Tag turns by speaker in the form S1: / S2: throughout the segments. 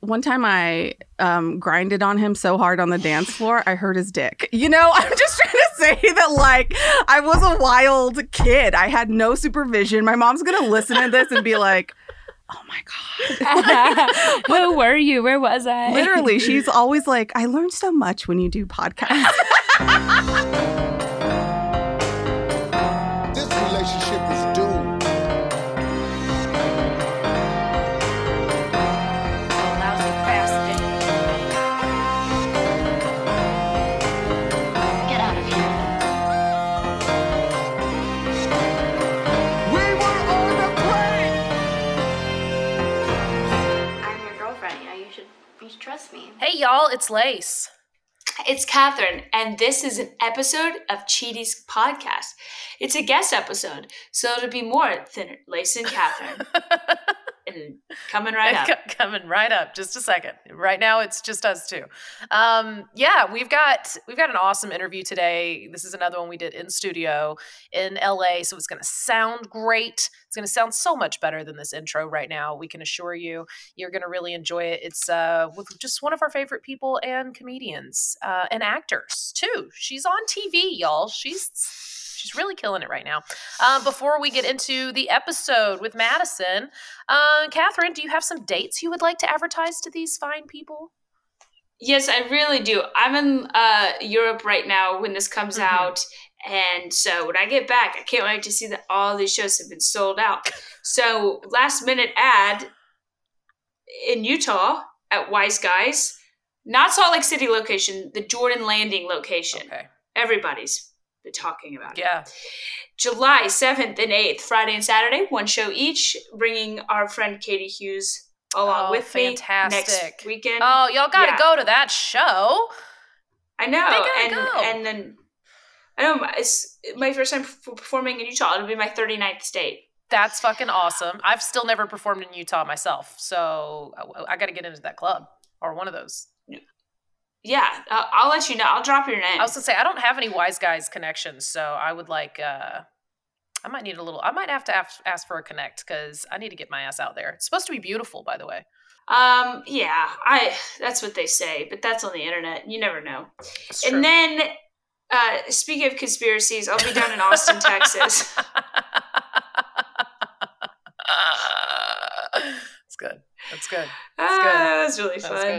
S1: one time I um, grinded on him so hard on the dance floor, I hurt his dick. You know, I'm just trying to say that, like, I was a wild kid. I had no supervision. My mom's going to listen to this and be like, oh my God.
S2: Where were you? Where was I?
S1: Literally, she's always like, I learned so much when you do podcasts.
S3: This relationship is doomed.
S4: Get out of here.
S3: We were on the plane.
S4: I'm your girlfriend. You know, you should you should trust me.
S5: Hey y'all, it's Lace.
S6: It's Catherine, and this is an episode of Cheaty's podcast. It's a guest episode, so it'll be more than Lace and Catherine. and coming right up.
S5: Co- Coming right up, just a second. Right now, it's just us two. Um, yeah, we've got we've got an awesome interview today. This is another one we did in studio in LA, so it's going to sound great. It's going to sound so much better than this intro right now. We can assure you, you're going to really enjoy it. It's uh, with just one of our favorite people and comedians uh, and actors too. She's on TV, y'all. She's she's really killing it right now. Um, before we get into the episode with Madison, uh, Catherine, do you have some dates you would like to advertise to these fine people?
S6: Yes, I really do. I'm in uh, Europe right now when this comes
S5: Mhm.
S6: out, and so when I get back, I can't wait to see that all these shows have been sold out. So, last minute ad in Utah at Wise Guys, not Salt Lake City location, the Jordan Landing location.
S5: Okay.
S6: Everybody's been talking about it.
S5: Yeah.
S6: July 7th and 8th, Friday and Saturday, one show each, bringing our friend Katie Hughes along
S5: Oh,
S6: with me
S5: fantastic.
S6: next weekend.
S5: Oh, y'all got to
S6: Yeah.
S5: go to that show.
S6: I know,
S5: They
S6: and
S5: gotta go.
S6: and then I know my- it's my first time perf- performing in Utah. It'll be my 39th state.
S5: That's fucking awesome. I've still never performed in Utah myself, so uh, I, got to get into that club or one of those.
S6: Yeah, I'll, I'll let you know. I'll drop your name.
S5: I was gonna say I don't have any wise guys connections, so I would like. uh I might need a little. I might have to ask, ask for a connect because I need to get my ass out there. It's supposed to be beautiful, by the way.
S6: um, yeah, I that's what they say, but that's on the internet. You never know.
S5: It's true.
S6: And then, uh, speaking of conspiracies, I'll be down in Austin, Texas.
S5: It's good. That's good.
S6: Ah, that was really
S5: That was
S6: fun.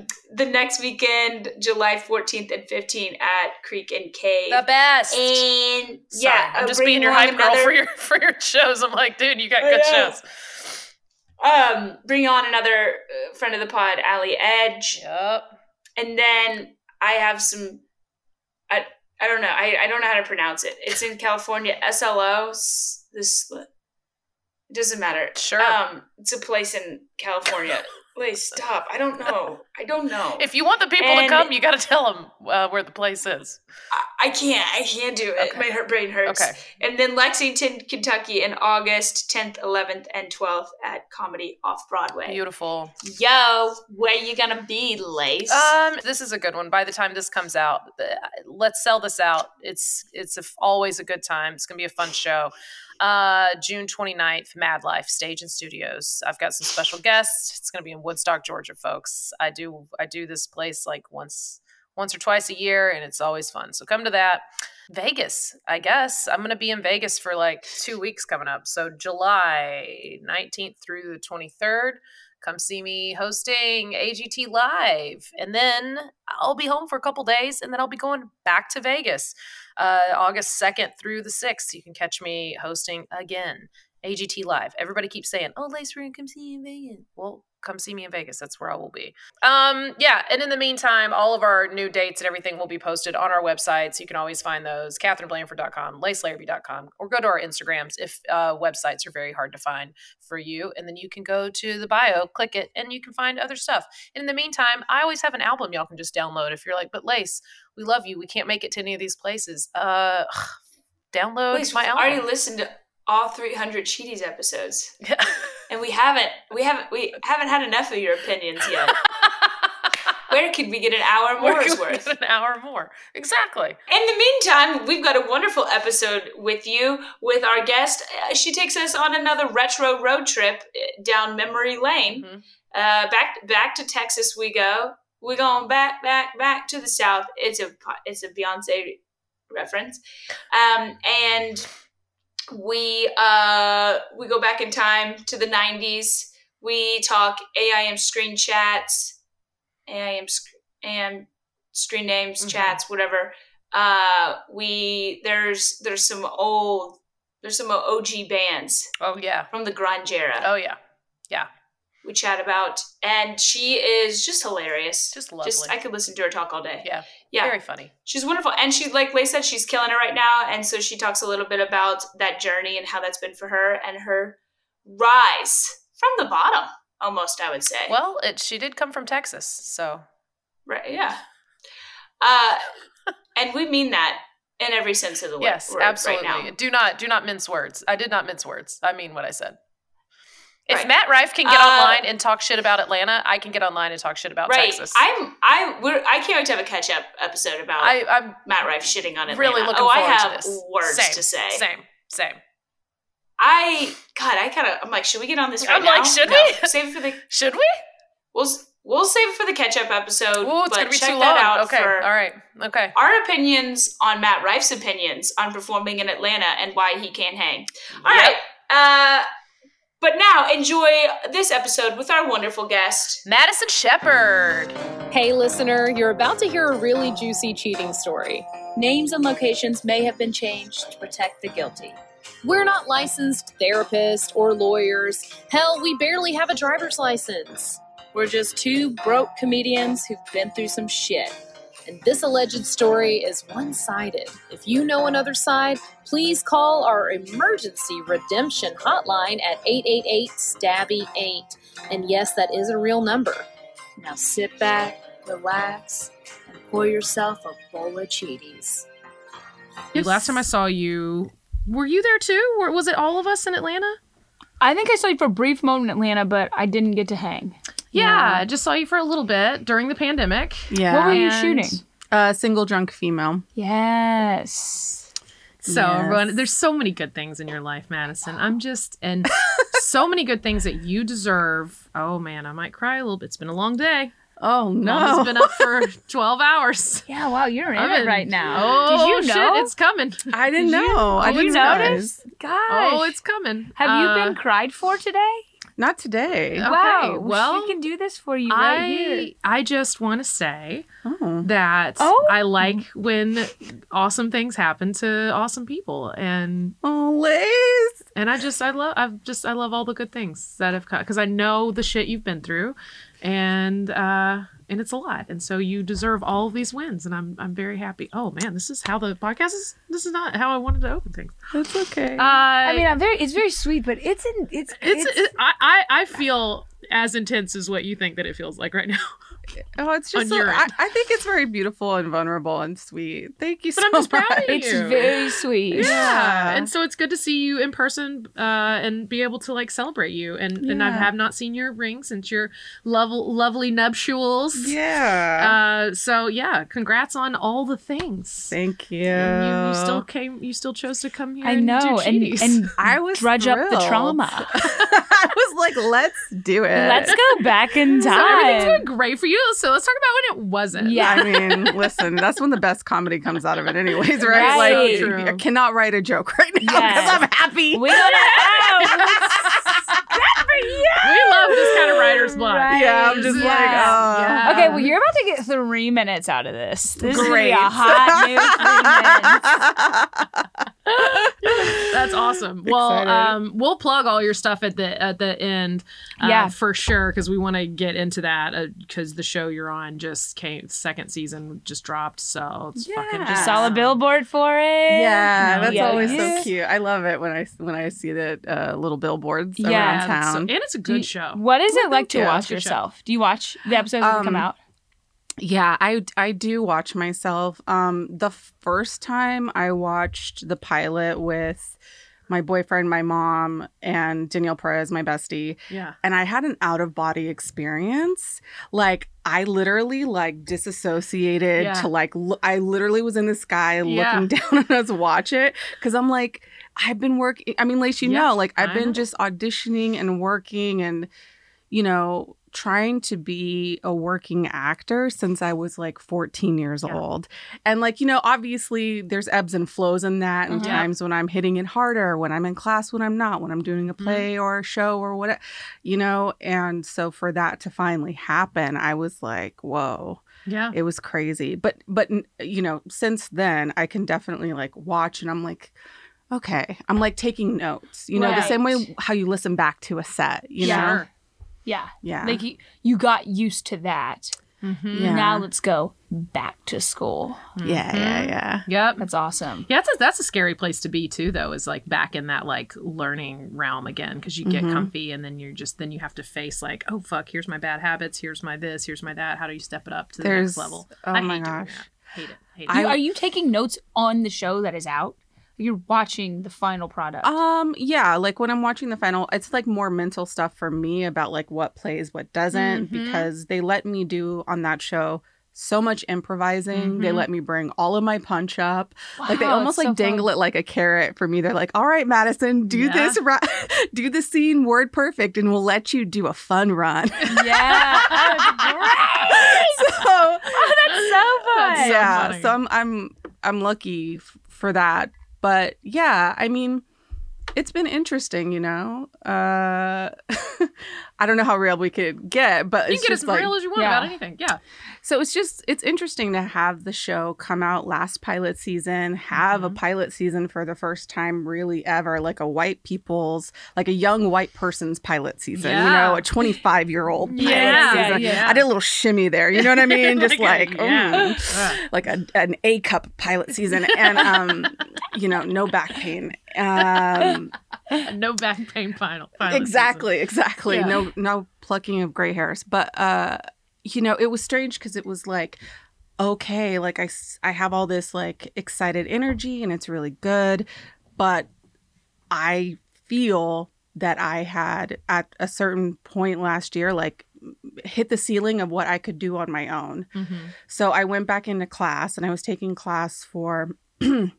S6: Um, the next weekend, July 14th and 15th at Creek and Cave.
S5: The best.
S6: and
S5: Sorry,
S6: yeah,
S5: I'm
S6: uh,
S5: just
S6: bring
S5: being your
S6: along
S5: hype girl
S6: another-
S5: for your for your shows. I'm like, dude, you got
S6: I
S5: good
S6: know.
S5: shows.
S6: um, bring on another uh, friend of the pod, Ali Edge,
S5: Yep.
S6: and then I have some. I I don't know. I, I don't know how to pronounce it. It's in California. SLO. s- This it doesn't matter.
S5: Sure.
S6: Um, it's a place in California. Wait, stop. I don't know. I don't know.
S5: if you want the people to
S6: and-
S5: come, you got to tell them uh, where the place is.
S6: I, I can't. I can't do it.
S5: Okay.
S6: My heart brain hurts.
S5: Okay.
S6: And then Lexington, Kentucky, in August 10th, 11th, and 12th at Comedy Off Broadway.
S5: Beautiful.
S6: Yo, where you gonna be, Lace?
S5: Um, this is a good one. By the time this comes out, the- let's sell this out. It's it's a, always a good time. It's gonna be a fun show. Uh, June 29th, Mad Life Stage and Studios. I've got some special guests. It's gonna be in Woodstock, Georgia, folks. I do I do this place like once once or twice a year, and it's always fun. So come to that. Vegas, I guess. I'm gonna be in Vegas for like two weeks coming up. So July 19th through the 23rd come see me hosting AGT live. And then I'll be home for a couple days and then I'll be going back to Vegas uh, August 2nd through the 6th. You can catch me hosting again AGT live. Everybody keeps saying, "Oh, Lace, we're going to come see you in Vegas." Well, come see me in Vegas. That's where I will be. Um, yeah, and in the meantime, all of our new dates and everything will be posted on our websites. You can always find those catherineblanford.com, lacelarrabee.com, or go to our Instagrams if uh, websites are very hard to find for you. And then you can go to the bio, click it, and you can find other stuff. And in the meantime, I always have an album y'all can just download if you're like, but Lace, we love you. We can't make it to any of these places. Uh, download
S6: Lace,
S5: Oh, my
S6: we've
S5: album.
S6: already listened to all 300 Cheaties episodes,
S5: Yeah.
S6: and we haven't, we haven't, we haven't had enough of your opinions yet. Where could we get an hour more's
S7: We're
S6: worth?
S7: an hour more. Exactly.
S6: In the meantime, we've got a wonderful episode with you, with our guest. Uh, she takes us on another retro road trip uh, down memory
S5: Mm-hmm.
S6: lane.
S7: Mhm.
S6: Uh, back back to Texas we go. We're going back, back, back to the south. It's a po- it's a Beyonce reference, um, and we uh, we go back in time to the '90s. We talk AIM screen chats, AIM sc- AIM screen names,
S7: Mhm.
S6: chats, whatever. Uh, we there's there's some old there's some OG bands
S7: Oh yeah.
S6: from the grunge era
S7: Oh yeah.
S6: we chat about, and she is just hilarious.
S7: Just lovely.
S6: Just I could listen to her talk all day.
S7: Yeah.
S6: yeah,
S7: Very funny.
S6: she's wonderful, and she like Leigh said, she's killing it right now. And so she talks a little bit about that journey and how that's been for her and her rise from the bottom, almost I would say.
S7: Well, it, she did come from Texas, so
S6: right? Yeah. Uh, and we mean that in every sense of the word.
S7: yes,
S6: word
S7: absolutely.
S6: Right now.
S7: Do not do not mince words. I did not mince words. I mean what I said. If
S6: Right.
S7: Matt Rife can get
S6: Uh,
S7: online and talk shit about Atlanta, I can get online and talk shit about
S6: Right,
S7: Texas.
S6: I'm. I we're. I can't wait to have a catch up episode about
S7: I, I'm
S6: Matt Rife shitting on Atlanta.
S7: really looking
S6: oh,
S7: forward
S6: I have
S7: to this.
S6: words
S7: same,
S6: to say.
S7: Same, same.
S6: I God, I kind of I'm like, should we get on this right
S7: I'm
S6: now?
S7: like, should
S6: No.
S7: we?
S6: save it for the
S7: Should we?
S6: we'll s- we'll save it for the catch up episode?
S7: Oh, it's
S6: but
S7: gonna be
S6: check
S7: too long.
S6: that out
S7: okay,
S6: for
S7: all right, okay.
S6: our opinions on Matt Rife's opinions on performing in Atlanta and why he can't hang. All right,
S7: Yep.
S6: uh, but now enjoy this episode with our wonderful guest.
S7: Madison Shepard.
S8: Hey, listener, you're about to hear a really juicy cheating story. Names and locations may have been changed to protect the guilty. We're not licensed therapists or lawyers. Hell, we barely have a driver's license. We're just two broke comedians who've been through some shit. And this alleged story is one sided. If you know another side, please call our emergency redemption hotline at 888 Stabby 8. And yes, that is a real number. Now sit back, relax, and pour yourself a bowl of cheaties.
S5: Last time I saw you, were you there too? Were, was it all of us in Atlanta?
S9: I think I saw you for a brief moment in Atlanta, but I didn't get to hang.
S5: Yeah, I just saw you for a little bit during the pandemic.
S1: Yeah.
S9: What were you
S5: And-
S9: shooting?
S1: Uh, single drunk female.
S9: Yes.
S5: So
S1: Yes.
S5: everyone, there's so many good things in your life, Madison. I'm just and so many good things that you deserve. Oh man, I might cry a little bit. It's been a long day.
S1: Oh no!
S5: Mama's been up for 12 hours.
S9: Yeah, wow, you're in
S5: I'm
S9: it
S5: in-
S9: right now.
S5: Oh,
S9: Did you know?
S5: shit, it's coming.
S1: I didn't know.
S9: Did you-
S1: I
S9: did you
S1: didn't
S9: notice?
S1: realize.
S9: Gosh.
S5: Oh, it's coming.
S9: Have you
S5: Uh,
S9: been cried for today?
S1: Not today.
S5: Okay,
S9: wow.
S5: well,
S9: she can do this for you right here.
S5: I I just want to say
S1: Oh.
S5: that
S9: Oh.
S5: I like when awesome things happen to awesome people, and
S1: Oh, Liz.
S5: and I just I love I've just I love all the good things that have come because I know the shit you've been through, and uh and it's a lot, and so you deserve all of these wins, and I'm I'm very happy. Oh man, this is how the podcast is. This is not how I wanted to open things.
S1: That's okay.
S5: Uh,
S9: I mean, I'm very. It's very sweet, but it's in. It's.
S5: it's,
S9: It's.
S1: uh,
S5: it, I, I I feel as intense as what you think that it feels like right now.
S1: oh, it's just.
S5: on
S1: so-
S5: your
S1: I,
S5: end.
S1: I think it's very beautiful and vulnerable and sweet. Thank you so
S5: But I'm just
S1: much.
S5: proud of you.
S9: it's very sweet.
S5: Yeah.
S1: Yeah.
S5: And so it's good to see you in person uh, and be able to like celebrate you. And and I
S1: Yeah.
S5: have not seen your ring since your lovely lovely nuptials.
S1: Yeah.
S5: Uh, so yeah, congrats on all the things.
S1: Thank you.
S5: And you, you still came. You still chose to come here.
S9: I know,
S5: and,
S9: and
S5: do cheaties.
S9: and
S1: I was
S9: drudge up the
S1: thrilled.
S9: trauma.
S1: I was like, let's do it.
S9: Let's go back in
S5: so everything's
S9: time.
S5: doing great for you. So let's talk about when it wasn't.
S9: Yeah.
S1: I mean, listen, that's when the best comedy comes out of it, anyways, right?
S9: Right.
S1: Like,
S5: So true.
S1: I cannonna write a joke right now because
S9: Yes.
S1: I'm happy.
S9: We got it out.
S5: we love this kind of writer's block.
S9: Right.
S1: Yeah, I'm just
S9: Yeah.
S1: like,
S5: Yeah.
S9: Okay, well, you're about to get three minutes out of this. This
S1: Great.
S9: is gonna be a hot new three minutes.
S5: That's awesome. Well,
S1: Excited.
S5: um, we'll plug all your stuff at the at the end, uh,
S9: Yeah.
S5: for sure, because we want to get into that because the show you're on just came second season just dropped, so it's fucking
S1: Yeah. Just
S5: just
S9: Saw a billboard for it.
S1: yeah,
S5: No,
S1: that's
S5: yeah,
S1: always
S9: yeah.
S1: so cute. I love it when I when I see the uh, little billboards
S9: Yeah,
S1: around
S5: Yeah, so-
S1: town.
S5: and it's a
S9: Do
S5: good
S9: you-
S5: show.
S9: What is
S1: Well,
S9: it like
S1: thank
S9: to
S1: you.
S9: watch
S5: Good show.
S9: yourself? Do you watch the episodes that come
S1: Um,
S9: out?
S1: Yeah, I I do watch myself. Um, the first time I watched the pilot with my boyfriend, my mom, and Danielle Perez, my bestie.
S5: Yeah.
S1: And I had an out of body experience. Like I literally like disassociated
S5: Yeah.
S1: to like lo- I literally was in the sky
S5: Yeah.
S1: looking down at us watch it because I'm like I've been working. I mean, Lace, you
S5: Yeah,
S1: know, like I've
S5: I
S1: been
S5: know.
S1: just auditioning and working and you know trying to be a working actor since I was like 14 years
S5: Yeah.
S1: old. And like, you know, obviously there's ebbs and flows in that and
S9: Mhm.
S1: times when I'm hitting it harder, when I'm in class, when I'm not, when I'm doing
S9: Mm-hmm.
S1: a play or a show or whatever, you know? And so for that to finally happen, I was like, whoa,
S5: Yeah.
S1: it was crazy. But, but, you know, since then, I can definitely like watch and I'm like, okay, I'm like taking notes, you know, the same way
S9: Right.
S1: how you listen back to a set, you
S9: Yeah.
S1: know?
S5: Sure.
S9: Yeah.
S1: Yeah.
S9: Like you, you got used to that.
S5: Mm-hmm.
S1: Yeah.
S9: Now Mm-hmm. let's go back to school.
S1: yeah, yeah, yeah.
S5: Yep.
S9: That's awesome.
S5: Yeah, that's a, that's a scary place to be too, though. Is like back in that like learning realm again because you get
S1: Mhm.
S5: comfy and then you're just then you have to face like, oh fuck, here's my bad habits, here's my this, here's my that. How do you step it up to the
S1: There's,
S5: next level?
S1: oh
S5: I
S1: my
S5: hate doing
S1: gosh.
S5: that. hate it, hate it.
S1: I-
S9: You- are you taking notes on the show that is out? You're watching the final product.
S1: Um, yeah, like when I'm watching the final, it's like more mental stuff for me about like what plays, what doesn't,
S5: Mhm.
S9: Mm-hmm.
S1: because they let me do on that show so much improvising. They
S5: Mhm.
S1: let me bring all of my punch up. like they
S9: Mm-hmm. Wow,
S1: almost
S9: it's
S1: like
S9: so fun.
S1: dangle it like a carrot for me. They're like, "All right, Madison, do
S5: Yeah.
S1: this, ri- do the scene word perfect, and we'll let you do a fun run."
S9: Yeah,
S1: so
S9: that's so fun.
S5: That's so
S1: yeah,
S5: funny.
S1: so I'm I'm I'm lucky f- for that. But yeah, I mean, it's been interesting, you know. Uh, I don't know how real we could get, but
S5: you
S1: it's
S5: can get
S1: just
S5: as
S1: like,
S5: real as you want
S9: Yeah.
S5: about anything. Yeah,
S1: so it's just it's interesting to have the show come out last pilot season, have a
S5: Mhm.
S1: pilot season for the first time really ever, like a white people's, like a young white person's pilot season, you
S5: Yeah.
S1: know, a 25 year old pilot
S5: Yeah,
S1: season.
S9: yeah.
S1: I did a little shimmy there, you know what I mean? just
S5: Like
S1: like, mm.
S5: a- yeah.
S1: ooh, like a, an A cup pilot season, and um, you know, no back pain. Um,
S5: no back pain final. final
S1: exactly exactly
S5: Yeah.
S1: no no plucking of gray hairs but uh you know it was strange because it was like okay like I, s- I have all this like excited energy and it's really good but i feel that i had at a certain point last year like hit the ceiling of what i could do on my own
S5: season.
S1: so I went back into class and I was taking class for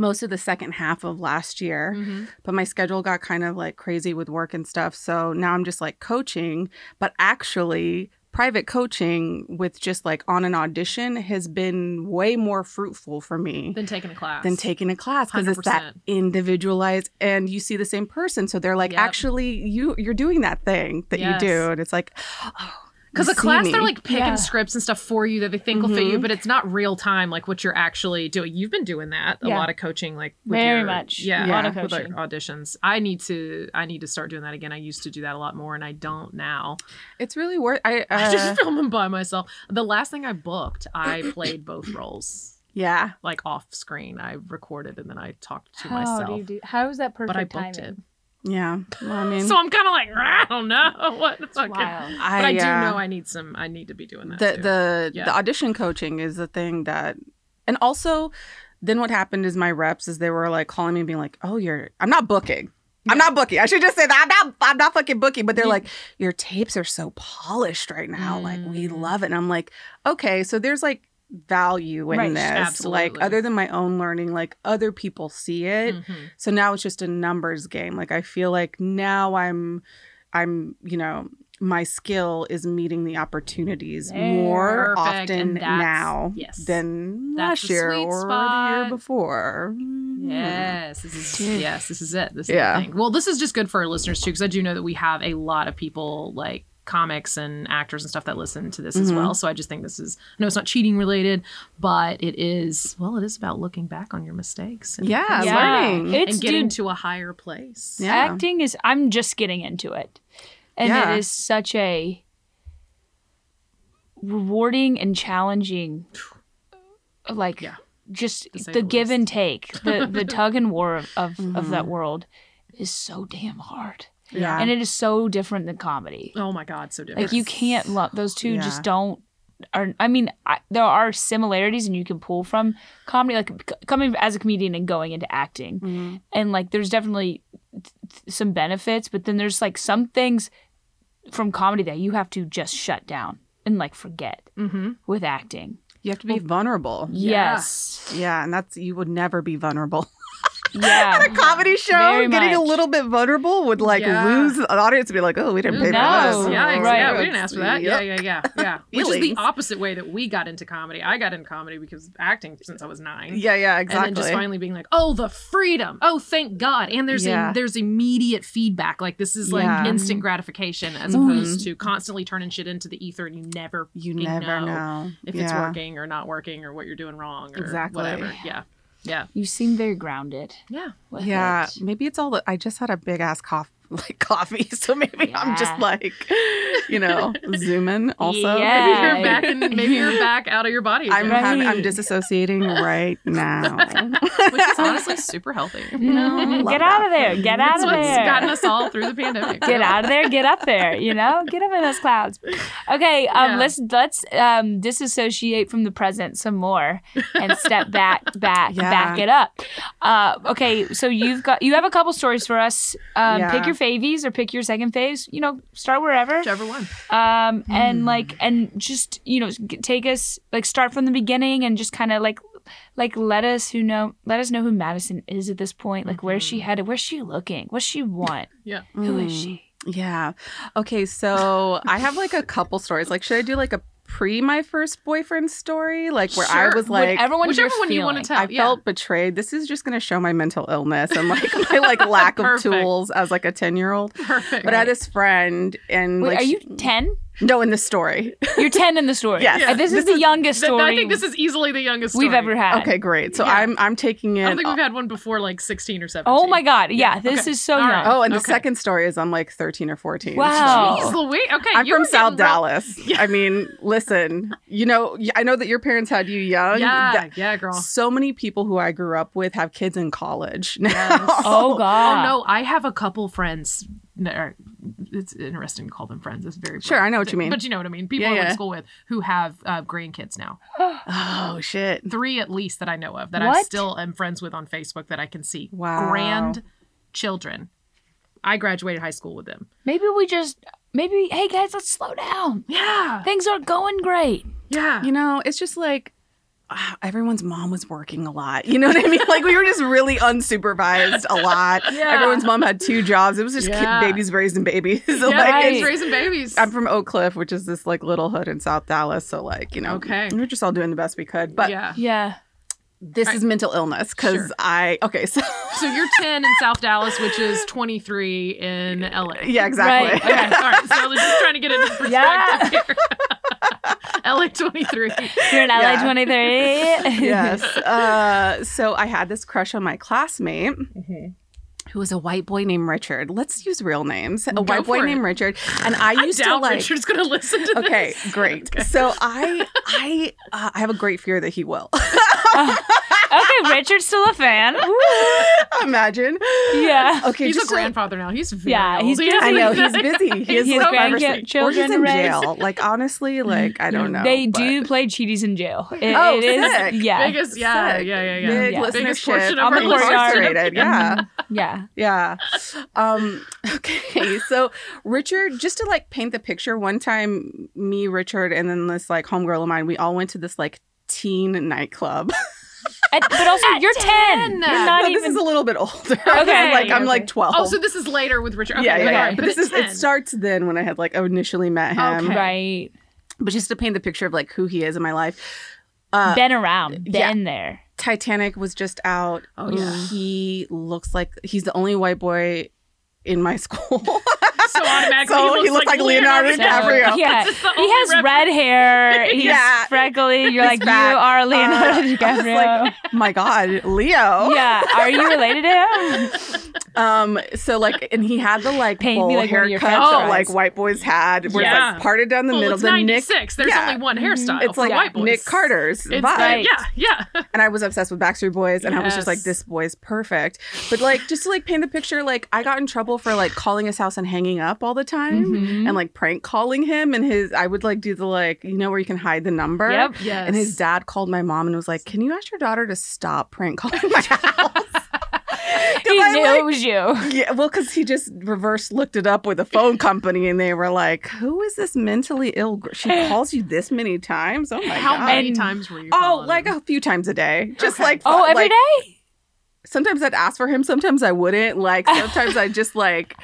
S1: most of the second half of last year,
S5: Mhm.
S1: but my schedule got kind of like crazy with work and stuff. So now I'm just like coaching, but actually, private coaching with just like on an audition has been way more fruitful for me
S5: Then taking a class.
S1: than taking a class because it's that
S5: 100%.
S1: individualized and you see the same person so they're like
S5: Yep.
S1: actually you you're doing that thing that
S5: Yes.
S1: you do and it's like oh
S5: Because
S1: you
S5: a
S1: see
S5: class,
S1: me. Mm-hmm.
S5: they're like picking
S9: Yeah.
S5: scripts and stuff for you that they think will fit you, but it's not real time, like what you're actually doing. You've been doing that a
S9: Yeah.
S5: lot of coaching, like with
S9: Very
S5: your-
S9: much.
S5: yeah,
S1: A lot
S9: of
S5: with, like,
S9: coaching.
S5: auditions. I need to, I need to start doing that again. I used to do that a lot more, and I don't now.
S1: it's really worth i uh,
S5: I just film them by myself. The last thing I booked, I played both roles,
S1: yeah
S5: like off screen. I recorded and then I talked to
S9: How
S5: myself,
S9: do you do? How is that perfect
S5: but I booked
S9: timing?
S1: Yeah. Well, I mean,
S5: it. So I'm kind of like, I don't know what the fuck.
S9: Wild.
S5: But I, do
S1: uh,
S5: know I need some. I need to be doing that.
S1: the
S5: too.
S1: the
S5: Yeah.
S1: the audition coaching is the thing that, and also, then what happened is my reps is they were like calling me and being like, "Oh, you're I'm not booking." I'm not booking. I should just say that I'm not. I'm not fucking booking. But they're like, your tapes are so polished right now. Like we
S5: Mm.
S1: love it. And I'm like, okay. So there's like value in
S9: Right,
S1: this.
S5: absolutely.
S1: Like other than my own learning, like other people see it.
S5: Mhm.
S1: So now it's just a numbers game. Like I feel like now I'm I'm, you know, my skill is meeting the opportunities more
S5: Perfect.
S1: often
S5: And that's-
S1: now
S5: yes.
S1: than
S5: That's
S1: last
S5: the
S1: year
S5: sweet
S1: or the
S5: spot.
S1: year before.
S5: Yes, this is yes, this is it. This is
S1: Hmm. Yeah.
S5: the thing. Well, this is just good for our listeners too, because I do know that we have a lot of people like comics and actors and stuff that listen to this as
S1: Mhm.
S5: well. So I just think this is I know it's not cheating related, but it is well, it is about looking back on your mistakes and,
S1: Yeah,
S9: Yeah.
S1: learning.
S5: and
S9: It- It's-
S5: getting
S9: dude-
S5: to a higher place.
S1: Yeah.
S9: Acting is. I'm just getting into it, and
S1: Yeah.
S9: it is such a rewarding and challenging, like
S5: Yeah.
S9: just
S5: To say
S9: the,
S5: the
S9: give
S5: least.
S9: and take, the the tug and war of of, of that world is so damn hard,
S1: yeah.
S9: and it is so different than comedy.
S5: Oh my god, so different.
S9: Like you can't love those two.
S1: yeah.
S9: Just don't are I mean I, there are similarities and you can pull from comedy like c- coming as a comedian and going into acting
S1: Mm-hmm.
S9: and like there's definitely th- th- some benefits but then there's like some things from comedy that you have to just shut down and like forget
S5: Mm-hmm.
S9: with acting.
S1: You have to
S5: Oh.
S1: be vulnerable.
S5: Yeah.
S9: Yes.
S1: Yeah, and that's you would never be vulnerable.
S9: Yeah.
S1: At a comedy show,
S9: Very
S1: getting a
S9: much.
S1: little bit vulnerable would like
S5: Yeah.
S1: lose the audience and be like, oh, we didn't pay for
S9: No.
S5: Yeah,
S1: this.
S5: yeah,
S9: Right.
S5: yeah, we didn't ask for that. Yeah, yeah, yeah, yeah. Which is the
S1: Feelings.
S5: opposite way that we got into comedy. I got into comedy because of acting since I was nine.
S1: Yeah, yeah, exactly.
S5: And then just finally being like, oh, the freedom. Oh, thank God. And there's
S1: Yeah.
S5: a, there's immediate feedback. Like this is like
S1: Yeah.
S5: instant gratification as
S1: Mhm.
S5: opposed to constantly turning shit into the ether and you never
S1: you
S5: fucking
S1: never know,
S5: if
S1: yeah.
S5: it's working or not working or what you're doing wrong or
S1: Exactly.
S5: whatever. Yeah. Yeah.
S9: You seem very grounded.
S5: Yeah.
S9: with
S1: Yeah,
S9: it.
S1: maybe it's all that I just had a big ass cough like coffee, so maybe I'm just
S9: Yeah.
S1: like, you know, zooming. Also,
S9: Yeah.
S5: Maybe you're back in, maybe you're back out of your body.
S1: I'm
S5: again,
S1: hav- I'm
S9: Right.
S1: disassociating right now.
S5: which is honestly super healthy.
S9: No,
S1: Love
S9: get
S1: that
S9: out of there. Get out
S5: That's
S9: of
S5: what's
S9: there.
S5: gotten us all through the pandemic.
S9: get out of there get up there you know get up in those clouds okay um
S5: Yeah.
S9: let's let's um disassociate from the present some more and step back back
S1: Yeah.
S9: back it up uh okay so you've got you have a couple stories for us um
S1: Yeah.
S9: pick your favies or pick your second phase you know start wherever
S5: Whichever one.
S9: um and like and just you know g- take us like start from the beginning and just kind of like like let us who know let us know who madison is at this point like where's she headed where's she looking what's she want
S5: Yeah.
S9: who is
S1: Mm.
S9: she
S1: Yeah. Okay, so I have like a couple stories. Like, should I do like a pre my first boyfriend story? Like where I
S5: Sure.
S1: was like
S9: Whatever one
S5: Whichever
S9: you're
S5: one you want
S9: feeling.
S5: to tell.
S1: I
S5: yeah.
S1: felt betrayed. This is just gonna show my mental illness and like my like lack of
S5: Perfect.
S1: tools as like a ten year old.
S5: perfect.
S1: But I had this friend and
S9: Wait,
S1: like
S9: are
S1: she-
S9: you 10?
S1: no in the story.
S9: You're 10 in the story.
S1: Yes.
S9: Uh, This, is the youngest
S5: Th-
S9: story
S5: I think this is easily the youngest
S9: we've
S5: story.
S9: ever had.
S1: Okay, great. So
S5: Yeah. Oh,
S1: I'm I'm taking
S5: I
S1: it.
S5: don't think we've had one before like 16 or 17.
S9: Oh my God. Yeah, this
S5: Okay.
S9: is so
S5: All
S9: young.
S5: right.
S1: oh, and the
S5: Okay.
S1: second story is I'm like 13 or 14.
S9: Wow.
S5: Jeez Louise. Okay.
S1: I'm
S5: you
S1: from
S5: were
S1: South
S5: getting real-
S1: Dallas.
S5: Yeah.
S1: I mean, listen, you know, y- I know that your parents had you young.
S5: Yeah.
S1: That-
S5: Yeah, girl.
S1: so many people who I grew up with have kids in college now.
S9: Oh,
S5: Oh
S9: God.
S5: no, I have a couple friends. that are- It's interesting to call them friends. It's very
S1: Sure, I know what you mean.
S5: But you know what I mean. People
S1: Yeah,
S5: I went
S1: yeah.
S5: to school with who have uh, grandkids now.
S1: Oh shit.
S5: Three at least that I know of that I
S9: What?
S5: still am friends with on Facebook that I can see.
S1: Wow.
S5: Grand children. I graduated high school with them.
S9: Maybe we just, maybe, hey guys, let's slow down.
S5: Yeah.
S9: Things aren't going great.
S5: Yeah.
S1: You know, it's just like ah, everyone's mom was working a lot. You know what I mean? Like we were just really unsupervised a lot.
S5: Yeah.
S1: Everyone's mom had two jobs. It was just
S5: Yeah.
S1: kid, babies raising babies. so
S5: yeah,
S1: like
S9: right.
S5: it's
S1: it's,
S5: raising babies.
S1: I'm from Oak Cliff, which is this like little hood in South Dallas. So like, you know,
S5: Okay.
S1: we are just all doing the best we could. But
S5: yeah.
S9: Yeah.
S1: this is mental illness because
S5: Sure.
S1: I okay, so
S5: So you're 10 in South Dallas, which is 23 in LA.
S1: yeah, exactly.
S9: Right.
S5: Okay, all right. So I was just trying to get into perspective
S9: Yeah.
S5: here. LA 23.
S9: You're in
S1: Yeah.
S9: LA 23.
S1: yes. Uh, so I had this crush on my classmate.
S5: Mm-hmm.
S1: Who was a white boy named Richard? Let's use real names. A white boy
S5: for it.
S1: named Richard, and I
S5: I
S1: used to
S5: doubt
S1: like.
S5: Richard's going to listen to
S1: okay,
S5: this.
S1: great. So I, I, uh, I have a great fear that he will.
S9: okay, Richard's still a fan.
S1: Imagine.
S9: Yeah.
S1: Okay,
S5: He's a
S1: just like-
S5: grandfather now. He's very
S9: Yeah,
S5: old.
S9: he's
S5: He
S1: I
S5: doesn't
S1: know
S5: even-
S1: he's busy. He has
S9: He's
S5: He's
S1: like
S5: got
S1: ever-
S5: grandkids.
S1: or he's
S9: grandchildren
S1: in
S9: raised.
S1: jail. Like honestly,
S5: Mm-hmm.
S1: like I don't know.
S9: They
S1: but-
S9: do play cheaties in jail. It-
S1: Oh,
S9: it is-
S1: sick.
S9: Yeah.
S5: Biggest, yeah,
S1: Sick.
S5: yeah, yeah, yeah.
S1: Big
S9: Yeah.
S5: Biggest
S1: listenership.
S5: portion of
S1: I'm
S5: our listeners.
S1: incarcerated. Yeah.
S9: Yeah.
S1: Yeah. Um, okay. So Richard, just to like paint the picture, one time me, Richard, and then this like homegirl of mine, we all went to this like teen nightclub.
S9: And- but also, you're 10. You're not
S1: No,
S9: even.
S1: this is a little bit older. I'm
S9: Okay,
S1: like I'm
S9: okay.
S1: like 12.
S5: Oh, so this is later with Richard. Okay,
S1: yeah, yeah,
S5: all
S1: yeah.
S5: right,
S1: But this
S5: at
S1: is it
S5: 10.
S1: starts then when I had like initially met him.
S5: Okay.
S9: right.
S1: But just to paint the picture of like who he is in my life. Uh,
S9: been around.
S1: yeah.
S9: Been there.
S1: Titanic was just out.
S5: Oh, yeah.
S1: He looks like he's the only white boy in my school.
S5: So automatically,
S1: So he looks like Leonardo
S9: So,
S1: DiCaprio.
S9: Yeah,
S5: This is the
S9: he
S5: only
S9: has
S5: rep-
S9: red hair. He's
S1: Yeah.
S9: freckly. You're like
S1: fat.
S9: you are Leonardo
S1: Uh, I was
S9: DiCaprio.
S1: my God, Leo.
S9: yeah, are you related to him?
S1: Um, so like, and he had the like
S9: Paint me
S1: bowl
S9: like one of your
S1: haircut,
S9: fat
S1: that, like
S9: fries.
S1: white boys had, where it's
S5: Yeah.
S1: like parted down the
S5: well,
S1: middle.
S5: it's
S1: the Nick,
S5: 96. There's
S1: yeah.
S5: only one
S9: Mm-hmm.
S5: hairstyle.
S1: it's
S5: for
S1: like
S5: white boys.
S1: Nick Carter's
S5: It's
S1: vibe.
S5: like,
S9: Right.
S5: yeah, yeah.
S1: and I was obsessed with Backstreet Boys, and I was
S5: Yes.
S1: just like, this boy's perfect. But like, just to like paint the picture, like I got in trouble for like calling his house and hanging up all the time,
S9: Mhm.
S1: and like prank calling him. And his, I would like do the like, you know, where you can hide the number.
S9: Yep.
S5: Yes.
S1: And his dad called my mom and was like, "Can you ask your daughter to stop prank calling my house?" 'Cause
S9: He
S1: I'm
S9: knew
S1: like-
S9: it was you.
S1: Yeah, well, because he just reverse looked it up with a phone company, and they were like, "Who is this mentally ill? gr- She calls you this many times? Oh my
S5: How
S1: god!"
S5: many
S9: And-
S5: times were you?
S1: Oh,
S5: calling
S1: like
S5: him?
S1: a few times a day, just like
S9: Oh, every
S1: like,
S9: day.
S1: Sometimes I'd ask for him, sometimes I wouldn't. Like sometimes I just like,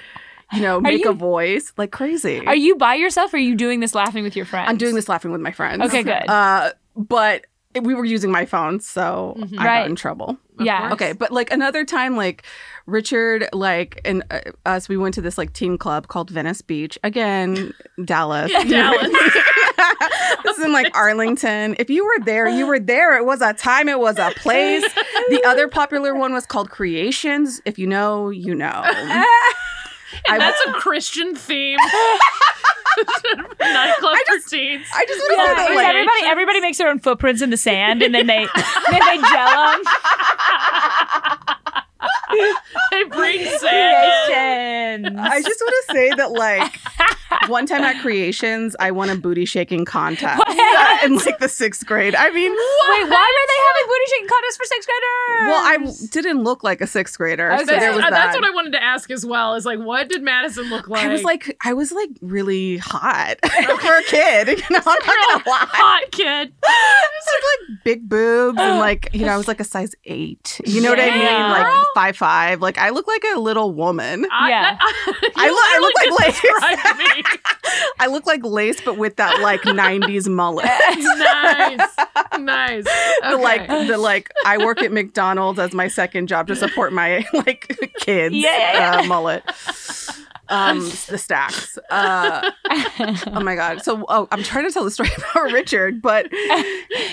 S1: you know, make
S9: you-
S1: a voice like crazy.
S9: Are you by yourself? or Are you doing this laughing with your friends?
S1: I'm doing this laughing with my friends.
S9: Okay, good.
S1: Uh, but it- we were using my phone, so
S5: Mhm.
S1: I
S9: Mm-hmm. Right.
S1: got in trouble.
S5: Of
S9: yeah.
S5: course.
S1: Okay, but like another time, like Richard, like and uh, us, we went to this like teen club called Venice Beach again, Dallas.
S5: Dallas.
S1: this is in like Arlington. If you were there, you were there. It was a time. It was a place. The other popular one was called Creations. If you know, you know. I-
S5: And that's a Christian theme. Nightclub for teens.
S1: I just want to
S9: Yeah,
S1: say that
S9: it's
S1: like
S9: everybody, everybody makes their own footprints in the sand, and then they then they gel them.
S5: They bring sand.
S1: I just want to say that, like, one time at Creations, I won a booty shaking contest in like the sixth grade. I mean,
S9: Wait, why were they having booty shaking contests for sixth graders?
S1: well, I w- didn't look like a sixth grader, so
S9: Okay.
S1: there was that.
S5: Uh, that's what I wanted to ask as well. Is like, what did Madison look like?
S1: I was like, I was like really hot for a kid. You know, I'm not gonna lie.
S5: hot kid.
S1: I was like big boobs and like you know, I was like a size eight. You know what I mean?
S9: Yeah.
S1: Like five five. Like I look like a little woman.
S5: I,
S9: Yeah.
S5: that-
S1: I look, I look like lace.
S5: literally described
S1: I look like lace, but with that like '90s mullet.
S5: me. nice, nice. Okay.
S1: the like the like I work at McDonald's as my second job to support my like kids
S9: Yeah, yeah,
S1: Uh, mullet. Um, the stacks. Uh, oh my god. So oh, I'm trying to tell the story about Richard, but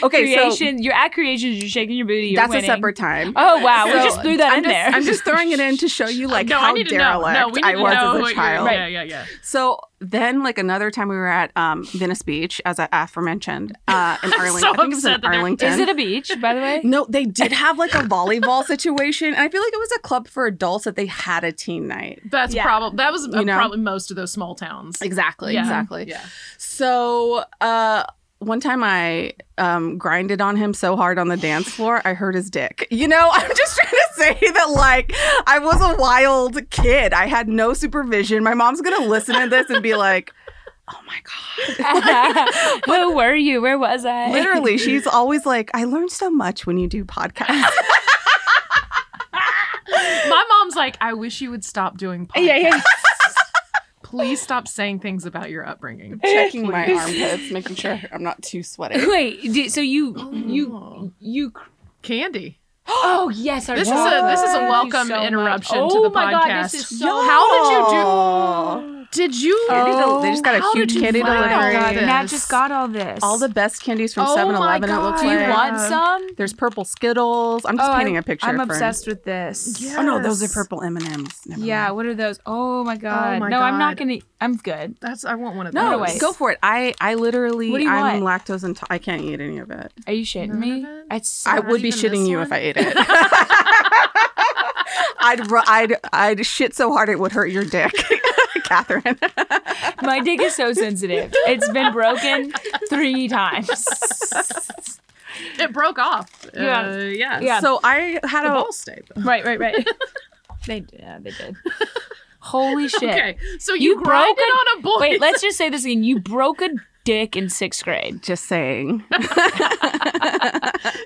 S1: okay,
S9: creation. you're at creations. You're shaking your booty.
S1: so
S9: You're
S1: that's
S9: winning.
S1: a separate time.
S9: Oh wow, we
S1: So,
S9: just threw that
S1: I'm
S9: in
S1: just,
S9: there.
S1: I'm just throwing it in to show you like
S5: no, I
S1: how
S5: need to know.
S1: derelict
S5: No, we need
S1: I
S5: to
S1: was
S5: know
S1: as
S5: what
S1: a
S5: you're-
S1: child.
S5: Yeah, yeah, yeah.
S1: So then, like another time, we were at um, Venice Beach, as I aforementioned, uh, in Arlington. I think it was
S5: upset
S1: in
S5: that they're-
S1: Arlington.
S9: Is it a beach, by the way?
S1: No, they did have like a volleyball situation. And I feel like it was a club for adults that they had a teen night.
S5: That's
S9: Yeah.
S5: probably that was uh,
S1: You know?
S5: probably most of those small towns.
S1: Exactly.
S5: Yeah.
S1: Exactly.
S5: Yeah.
S1: So uh one time I um, grinded on him so hard on the dance floor, I hurt his dick. You know, I'm just trying to say that, like, I was a wild kid. I had no supervision. My mom's going to listen to this and be like, oh my God.
S9: Where were you? Where was I?
S1: Literally, she's always like, I learned so much when you do podcasts.
S5: My mom's like, I wish you would stop doing podcasts.
S9: Yeah, yeah.
S5: Please stop saying things about your upbringing.
S1: Checking my armpits, making sure I'm not too sweaty.
S9: Wait, di- so you
S5: Oh,
S9: you you?
S5: Candy.
S9: Oh yes, I
S5: This is a this is a
S9: love you
S5: welcome
S9: so much.
S5: interruption
S9: Oh
S5: to the
S9: my
S5: podcast.
S9: God, this is so.
S1: How did you do?
S5: Did you?
S1: Candy del- they just got a
S5: how
S1: huge
S5: did you
S1: candy
S5: find
S1: delivery.
S5: all this?
S9: Matt just got all this.
S1: All the best candies from
S5: Oh my
S1: 7 Eleven, it looks
S5: God.
S9: Do you
S1: like.
S9: want some?
S1: There's purple Skittles. I'm just
S9: Oh,
S1: painting
S9: I-
S1: a picture.
S9: I'm
S1: for-
S9: obsessed with this.
S5: Yeah.
S1: Oh, no, those are
S5: Yes.
S1: purple M&Ms. Never
S9: Yeah,
S1: mind.
S9: what are those? Oh my god.
S5: my
S9: no, I'm not
S5: God.
S9: gonna. I'm good.
S5: That's I want one of
S1: No,
S9: No way.
S5: those.
S1: go for it. I, I literally,
S9: What do you
S1: I'm lactose intolerant. I can't eat any of it.
S9: Are you shitting
S5: None
S9: me?
S5: of it?
S9: It's
S1: I
S5: Not
S1: would be
S5: even this
S1: shitting you if
S5: one?
S1: I ate it. I'd, ru- I'd, I'd shit so hard it would hurt your dick, Catherine.
S9: my dick is so sensitive. It's been broken three times.
S5: It broke off.
S9: Yeah.
S5: Uh, yeah.
S9: Yeah.
S1: So I had
S5: The
S1: a
S5: ball stayed. though.
S9: right, right, right. They yeah, they did. Holy shit.
S5: Okay. So you,
S9: You
S5: grinded
S9: broke it-
S5: on a boy.
S9: Wait, let's just say this again. You broke a dick in sixth grade.
S1: just saying.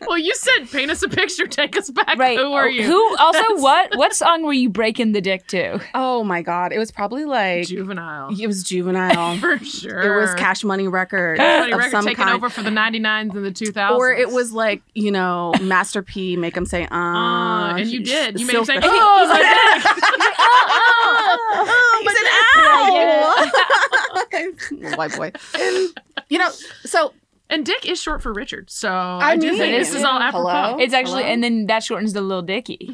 S5: well, you said paint us a picture, take us back.
S9: Right.
S5: Who are
S9: Oh,
S5: you?
S9: Who also what what song were you breaking the dick to?
S1: Oh my god, it was probably like
S5: Juvenile.
S1: it was juvenile.
S5: for sure.
S1: It was Cash Money Records
S5: Funny
S1: of
S5: record
S1: some
S5: taking
S1: kind.
S5: over for the 99s and the 2000s.
S1: Or it was like, you know, Master P, make him say, ah.
S5: Uh, and you did. You made him
S1: Silk
S5: say, "Ah!"
S1: the-
S5: oh, my God.
S1: he said,
S5: "Ah!"
S1: ow! White boy. You know, so
S5: And Dick is short for Richard, so
S1: I
S5: I, do
S1: mean-
S5: think this is all
S1: Hello?
S5: apropos.
S9: It's actually,
S1: Hello?
S9: and then that shortens the little Dicky.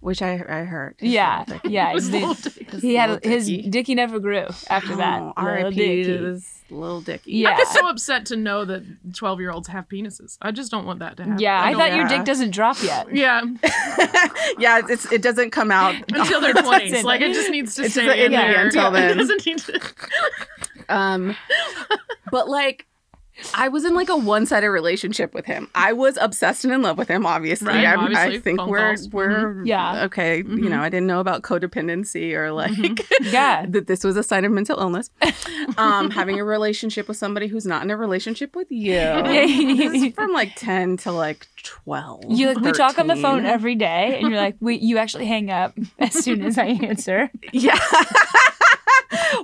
S1: which I I heard.
S9: Yeah,
S1: Little Dicky.
S9: yeah.
S5: It's
S9: the-
S5: little Dick.
S9: he had
S1: Little
S9: his
S1: Dicky.
S9: Dicky never grew after that.
S1: Oh,
S9: Little
S1: R.I.P.
S9: Dicky.
S1: to this little Dicky.
S9: Yeah.
S5: I'm just so upset to know that 12 year olds have penises. I just don't want that to happen.
S9: Yeah, I
S5: don't
S9: thought your
S5: want-
S9: dick doesn't drop yet.
S5: Yeah,
S1: yeah, it's, it's it doesn't come out.
S5: until they're
S9: That's
S5: 20s.
S9: it.
S5: Like, it just needs to
S1: It's
S5: stay
S1: just
S5: in
S1: in
S5: there.
S1: there until
S5: It
S1: then.
S5: doesn't need to.
S1: Um, but like, I was in like a one-sided relationship with him. I was obsessed and in love with him. Obviously,
S5: Right,
S1: I'm-
S5: obviously,
S1: I think
S5: phone
S1: we're
S5: calls.
S1: we're
S9: Mm-hmm. Yeah. Mm-hmm.
S1: okay. You know, I didn't know about codependency or like
S9: Yeah.
S1: that this was a sign of mental illness. Um, having a relationship with somebody who's not in a relationship with you. This is from like ten to like twelve.
S9: You like we talk on the phone
S1: 13.
S9: every day, and you're like, we, you actually hang up as soon as I answer.
S1: Yeah.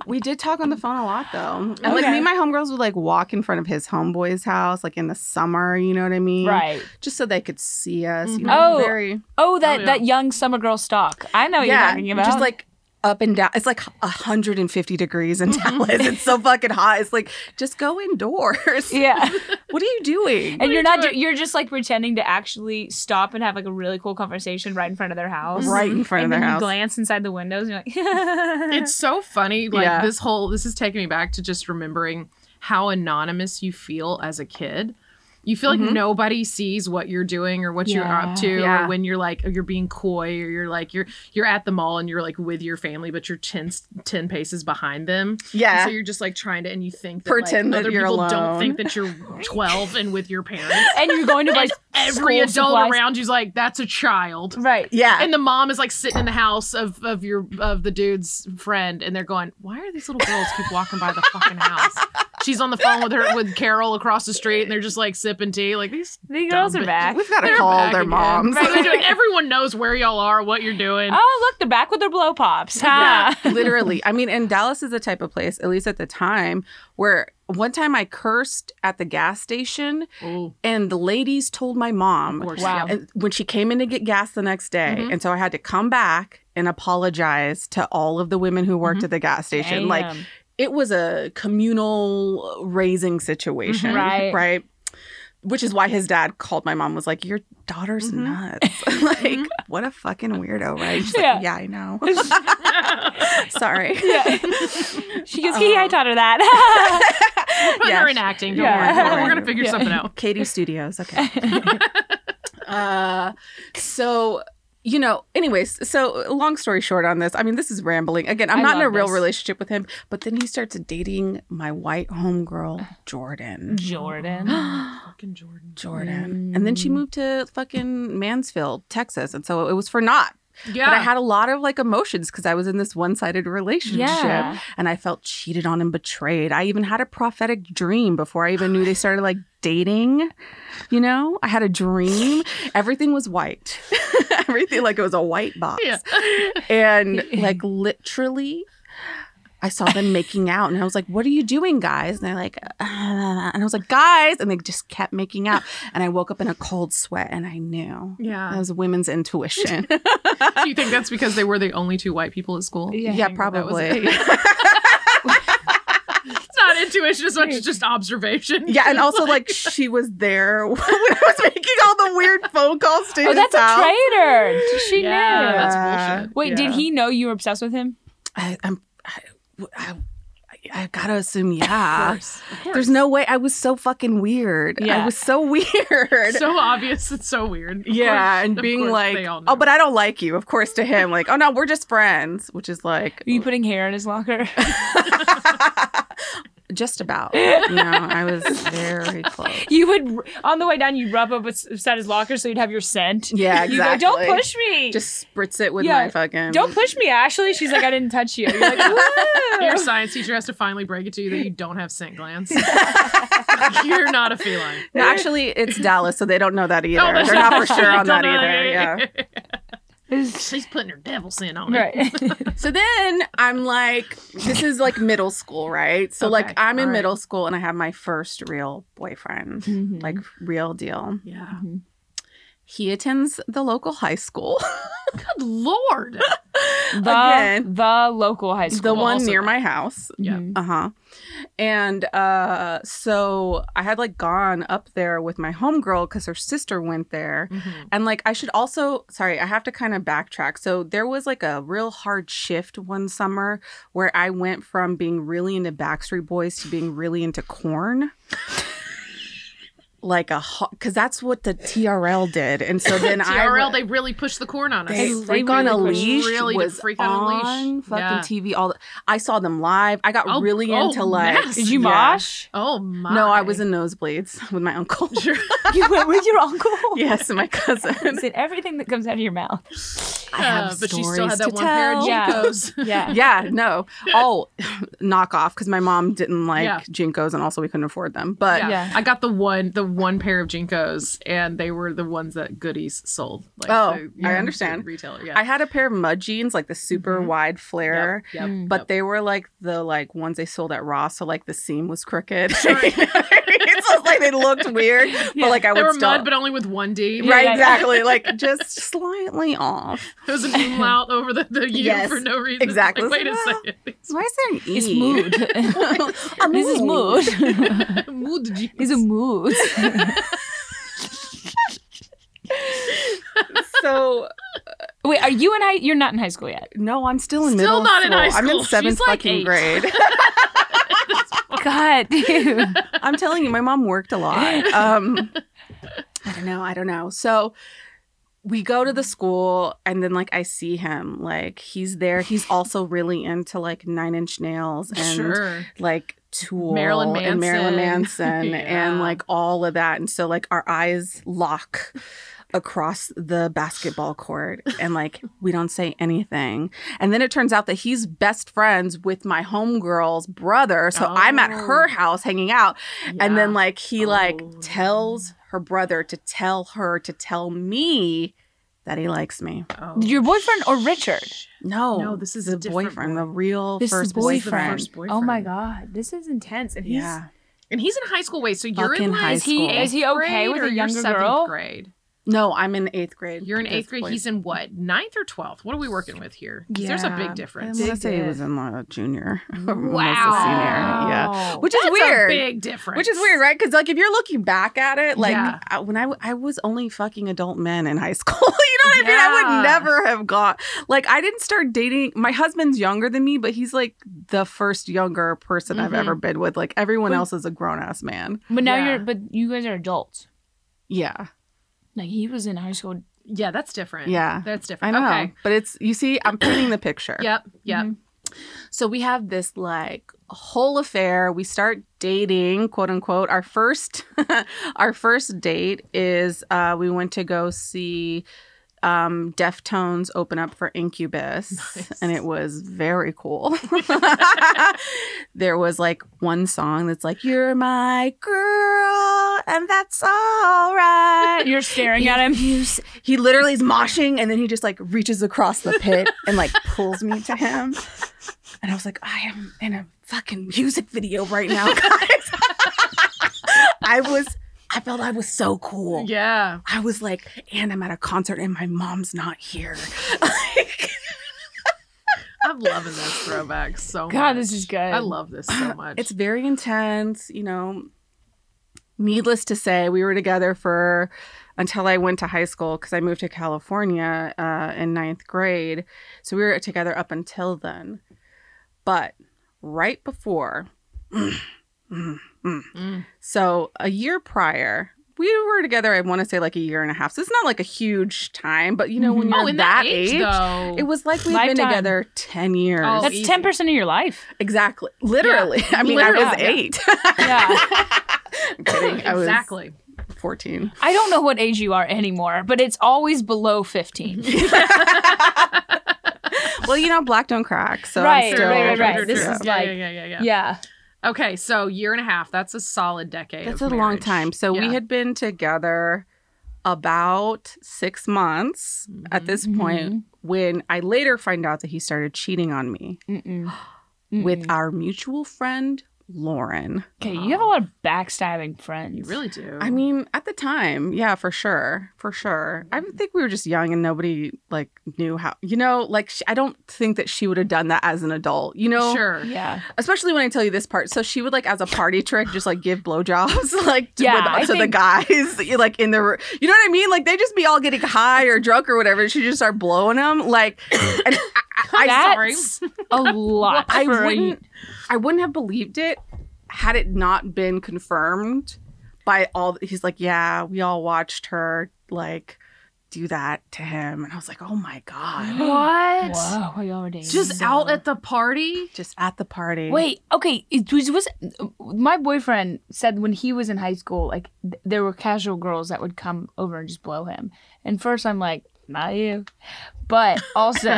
S1: we did talk on the phone a lot though. And like
S9: Okay.
S1: me and my homegirls would like walk in front of his homeboy's house, like in the summer, you know what I mean?
S9: Right.
S1: Just so they could see us. You
S5: Mhm.
S1: know,
S9: Oh,
S1: very
S9: Oh, that
S5: yeah.
S9: that young summer girl stalk. I know what you're talking about.
S1: Just like up and down. It's like 150 degrees in Dallas. It's so fucking hot. It's like, just go indoors.
S9: yeah,
S1: What are you doing?
S9: and
S5: are
S9: you're
S5: you
S9: not.
S5: doing?
S9: do- You're just like pretending to actually stop and have like a really cool conversation right in front of their house.
S1: Right in front
S9: And
S1: of
S9: then
S1: their
S9: you
S1: house.
S9: glance inside the windows, and you're like,
S5: It's so funny. Like,
S1: Yeah.
S5: this whole, this is taking me back to just remembering how anonymous you feel as a kid. You feel like
S1: Mhm.
S5: nobody sees what you're doing or what you're
S9: Yeah.
S5: up to,
S1: Yeah.
S5: or when you're like you're being coy, or you're like you're you're at the mall and you're like with your family, but you're 10, 10 paces behind them. And
S1: yeah.
S5: So you're just like trying to, and you think that,
S1: Pretend
S5: like,
S1: that
S5: other
S1: you're
S5: people don't
S1: alone.
S5: think that you're 12 and with your parents.
S9: and you're going to buy
S5: Every
S9: school
S5: adult
S9: supplies.
S5: around you's like, "That's a child,"
S9: Right.
S1: yeah.
S5: and the mom is like sitting in the house of of your of the dude's friend, and they're going, "Why are these little girls keep walking by the fucking house?" She's on the phone with her with Carol across the street, and they're just like sipping tea, like these.
S9: The girls
S5: Dumb
S9: are back.
S1: We've got to
S5: They're
S1: call
S5: back
S1: their
S5: again.
S1: moms.
S5: Right, they're doing- everyone knows where y'all are, what you're doing.
S9: Oh, look, they're back with their blow pops. Ha.
S1: literally i mean and dallas is the type of place at least at the time where one time i cursed at the gas station
S5: Ooh.
S1: and the ladies told my mom
S5: course,
S9: Wow. Mm-hmm.
S5: yeah.
S1: and when she came in to get gas the next day
S5: Mhm.
S1: and so i had to come back and apologize to all of the women who worked at the gas station like
S9: Mm-hmm. Damn.
S1: it was a communal raising situation
S9: Mhm. Right.
S1: right which is why his dad called my mom was like your daughter's
S9: Mm-hmm.
S5: Mhm.
S1: nuts like what a fucking weirdo right She's
S9: Yeah.
S1: like, yeah i know sorry
S9: Yeah. she goes, hee, I taught her that.
S5: Putting
S1: yeah.
S5: her in acting. Don't
S9: Yeah.
S5: worry,
S1: Right.
S5: we're gonna figure
S9: Yeah.
S5: something out.
S1: Katie Studios. Okay. uh, so you know, anyways, so long story short on this, I mean, this is rambling. Again, I'm
S9: I
S1: not in a
S9: love
S1: real
S9: this.
S1: relationship with him, but then he starts dating my white homegirl, Jordan.
S9: Jordan.
S5: Fucking Jordan.
S1: Jordan. And then she moved to fucking Mansfield, Texas. And so it was for naught.
S5: Yeah.
S1: But I had a lot of like emotions because I was in this one sided relationship
S9: Yeah.
S1: and I felt cheated on and betrayed. I even had a prophetic dream before I even knew they started like dating. You know, I had a dream. Everything was white, everything like it was a white box.
S5: Yeah.
S1: And like literally, I saw them making out and I was like, What are you doing, guys? And they're like, "Uh," And I was like, Guys. And they just kept making out. And I woke up in a cold sweat and I knew.
S5: Yeah.
S1: That was women's intuition.
S5: Do you think that's because they were the only two white people at school?
S9: Yeah.
S1: yeah,
S5: think that was
S1: probably.
S5: It's not intuition as much as just observation.
S1: Yeah, and also like she was there when I was making all the weird phone calls to
S9: Oh,
S1: his
S9: that's a
S1: house.
S9: traitor. She
S5: yeah,
S9: knew.
S5: that's
S1: Yeah.
S5: bullshit.
S9: Wait,
S5: Yeah.
S9: did he know you were obsessed with him?
S1: I, I'm, I, I, I gotta assume, yeah.
S5: course, of course.
S1: There's no way. I was so fucking weird.
S9: Yeah.
S1: I was so weird.
S5: so obvious. It's so weird. Of
S1: yeah,
S5: course-
S1: and
S5: of
S1: being
S5: course
S1: like,
S5: they all know.
S1: oh, but I don't like you. Of course, to him, like, oh no, we're just friends, which is like,
S9: Were you putting hair in his locker?
S1: just about. You know, I was very close.
S9: you would on the way down you'd rub up beside his locker so you'd have your scent.
S1: Yeah,
S9: You go, don't
S1: exactly.
S9: push me.
S1: Just spritz it with
S9: Yeah.
S1: my fucking.
S9: don't push me, Ashley. She's like, I didn't touch you. You're like, "Woo."
S5: your science teacher has to finally break it to you that you don't have scent glands. You're not a feline.
S1: No, actually, it's Dallas, so they don't know that either.
S5: Oh, that's
S1: They're not for
S5: right.
S1: sure on that
S5: Don't know
S1: either. Yeah.
S5: that. She's putting her devil scent on it.
S9: right.
S1: So then I'm like, this is like middle school, right? So
S5: Okay,
S1: like I'm in
S5: all right. Mm-hmm.
S1: middle school and I have my first real boyfriend, like real deal.
S5: Yeah.
S1: He attends the local high school.
S5: Good lord.
S9: The
S1: Again.
S9: the local high
S1: the
S9: school,
S1: one
S9: also-
S1: near my house.
S5: Yeah.
S9: Mhm.
S1: Uh-huh. And uh so I had like gone up there with my homegirl because her sister went there.
S5: Mhm.
S1: And like I should also sorry, I have to kind of backtrack. So there was like a real hard shift one summer where I went from being really into Backstreet Boys to being really into corn. like a because that's what the TRL did. And so then I
S5: TRL,
S1: wa-
S5: they really pushed the corn on us.
S1: they,
S9: They
S1: freak on a
S9: really pushed-
S1: leash
S5: really did
S1: was
S5: freak on a leash.
S1: on, fucking
S5: Yeah.
S1: TV. All the, I saw them live. I got
S5: Oh,
S1: really
S5: oh,
S1: into like.
S5: mess.
S9: Did you
S1: Yeah.
S9: mosh?
S5: Oh my!
S1: No, I was in nosebleeds with my uncle.
S9: you went with your uncle.
S1: yes, my cousin.
S9: Said everything that comes out of your mouth.
S1: I have
S5: Uh, but she still
S1: stories
S5: had that
S1: to
S5: one pair of
S1: tell.
S9: Yeah.
S5: Jinkos.
S9: Yeah.
S1: yeah, no. Oh, knockoff because my mom didn't like
S5: Yeah.
S1: Jinkos, and also we couldn't afford them. But
S5: Yeah.
S9: Yeah.
S5: I got the one the one pair of Jinkos, and they were the ones that Goodies sold. Like,
S1: Oh,
S5: the-
S1: I understand.
S5: the Retailer, yeah.
S1: I had a pair of mud jeans, like the super
S5: Mhm.
S1: wide flare.
S5: Yep, yep,
S1: But
S5: yep.
S1: they were like the like ones they sold at Ross, so like the seam was crooked. so it's like they looked weird,
S9: Yeah.
S1: but like I
S5: they
S1: would
S5: were
S1: still
S5: mud, but only with one D.
S9: Yeah,
S1: right,
S9: yeah, yeah.
S1: exactly. Like just slightly off.
S5: It was an umlaut over the, the U
S1: Yes,
S5: for no reason.
S1: exactly.
S5: Like, wait a
S1: Well,
S5: second.
S1: Why is there an E?
S9: It's mood.
S1: A
S9: this is mood.
S5: Mood Jinkos.
S9: It's a mood.
S1: So
S9: Wait, are you in high? You're not in high school yet.
S1: no, I'm still in middle
S5: Still not in
S1: school.
S5: high
S1: I'm
S5: school.
S1: in seventh
S5: She's like
S1: fucking
S5: eight.
S1: grade.
S9: God, dude.
S1: I'm telling you, my mom worked a lot. Um, I don't know. I don't know. So we go to the school, and then like I see him, like he's there. He's also really into like Nine Inch Nails and
S5: Sure.
S1: like Tool
S5: Marilyn
S1: and Marilyn
S5: Manson.
S1: Manson and
S5: Yeah.
S1: like all of that. And so like our eyes lock across the basketball court and like we don't say anything. And then it turns out that he's best friends with my homegirl's brother. So I'm at
S5: Oh.
S1: her house hanging out. And then
S5: Yeah.
S1: like he like
S5: Oh,
S1: tells her brother to tell her to tell me that he likes me.
S5: Oh.
S9: Your boyfriend or Richard?
S1: No.
S5: No, this is a
S1: the
S5: different
S1: boyfriend,
S5: boy.
S1: the real
S9: This is
S1: first
S9: the
S5: This is the
S1: boyfriend.
S5: first boyfriend.
S9: Oh my God, this is intense. And he's
S1: Yeah.
S5: And he's in high school. Wait, so you're
S1: Fucking
S5: in
S1: high
S5: like,
S9: is he
S1: school.
S9: is he okay
S5: grade or
S9: with a
S5: you're
S9: younger
S5: seventh
S9: girl?
S5: Grade.
S1: No, I'm in 8th grade.
S5: You're in
S1: with
S5: eighth
S1: this
S5: grade.
S1: boy.
S5: He's in what? Ninth or twelfth? What are we working with here? 'Cause There's a big
S1: I
S5: difference.
S1: want to
S9: Big
S1: say he was
S9: diff.
S1: in like a junior. Wow.
S5: Wow.
S1: Yeah.
S9: Wow.
S1: Which is
S5: That's
S1: weird.
S5: A big difference.
S1: Which is weird, right? Because like if you're looking back at it, like
S5: Yeah.
S1: I, when I, w- I was only fucking adult men in high school. you know what I mean? I
S5: Yeah.
S1: would never have got like I didn't start dating. My husband's younger than me, but he's like the first younger person I've
S5: Mhm.
S1: ever been with. Like everyone
S9: But-
S1: else is a grown ass man.
S9: But now
S5: Yeah.
S9: you're but you guys are adults.
S1: Yeah,
S9: Like he was in high school.
S5: Yeah, that's different.
S1: Yeah. I
S5: that's different.
S1: know.
S5: Okay.
S1: But it's you see, I'm painting the picture.
S5: Yep. Yep.
S1: So we have this like whole affair. We start dating, quote unquote. Our first our first date is uh we went to go see um Deftones open up for Incubus
S5: Nice.
S1: and it was very cool. there was like one song that's like you're my girl and that's all right.
S9: You're staring at him.
S1: He's- he literally is moshing and then he just like reaches across the pit and like pulls me to him. And I was like, I am in a fucking music video right now, guys. I was, I felt I was so cool.
S5: Yeah.
S1: I was like, and I'm at a concert and my mom's not here.
S5: I'm loving this throwback so much.
S9: God, this is good.
S5: I love this so much.
S1: It's very intense, you know. Needless to say, we were together for until I went to high school because I moved to California uh, in ninth grade. So we were together up until then. But right before,
S5: Mm.
S1: so a year prior, we were together, I want to say like a year and a half. So it's not like a huge time, but you know, when
S9: Mhm.
S1: you're
S5: oh, in
S1: that, age,
S5: though.
S1: it was like we've been
S9: Lifetime.
S1: together 10 years.
S5: Oh,
S9: That's
S5: easy.
S9: ten percent of your life.
S1: Exactly. Literally. I mean,
S5: Literally.
S1: I was
S5: Yeah.
S1: eight.
S9: Yeah.
S1: I'm kidding. I was
S5: exactly.
S1: 14.
S9: I don't know what age you are anymore, but it's always below fifteen.
S1: Well, you know, black don't crack. So
S9: Right,
S1: I'm still,
S9: right, right, right.
S5: True,
S9: This
S5: true.
S9: is
S5: yeah,
S9: like-
S5: yeah, yeah, yeah, yeah.
S9: yeah.
S5: Okay, so year and a half. That's a solid decade.
S1: That's
S5: of
S1: a long
S5: marriage.
S1: time. So
S5: Yeah.
S1: we had been together about six months
S9: Mm-hmm.
S1: at this point when I later find out that he started cheating on me
S9: Mm-mm. Mm-mm.
S1: with our mutual friend, Lauren.
S9: Okay, you have a lot of backstabbing friends.
S5: You really do.
S9: Oh.
S1: I mean, at the time, yeah, for sure, for sure.
S9: Mm-hmm.
S1: I would think we were just young and nobody like knew how. You know, like sh I don't think that she would have done that as an adult. You know,
S5: sure.
S9: Yeah.
S1: Especially when I tell you this part. So she would like as a party trick, just like give blowjobs, like to,
S9: Yeah,
S1: with-
S9: I
S1: to the
S9: think-
S1: guys, like in the. r- You know what I mean? Like they just be all getting high or drunk or whatever. And she just start blowing them. Like, and I, I, I,
S5: sorry.
S9: That's a lot.
S1: I
S9: for a-
S1: wouldn't. I wouldn't have believed it had it not been confirmed by all. He's like, yeah, we all watched her like do that to him, and I was like, oh my god,
S5: What?
S9: Whoa, are you already?
S5: Just out at the party?
S1: just at the party.
S9: Wait, okay. It was, was my boyfriend said when he was in high school, like th- there were casual girls that would come over and just blow him. And first, I'm like, not you, but also,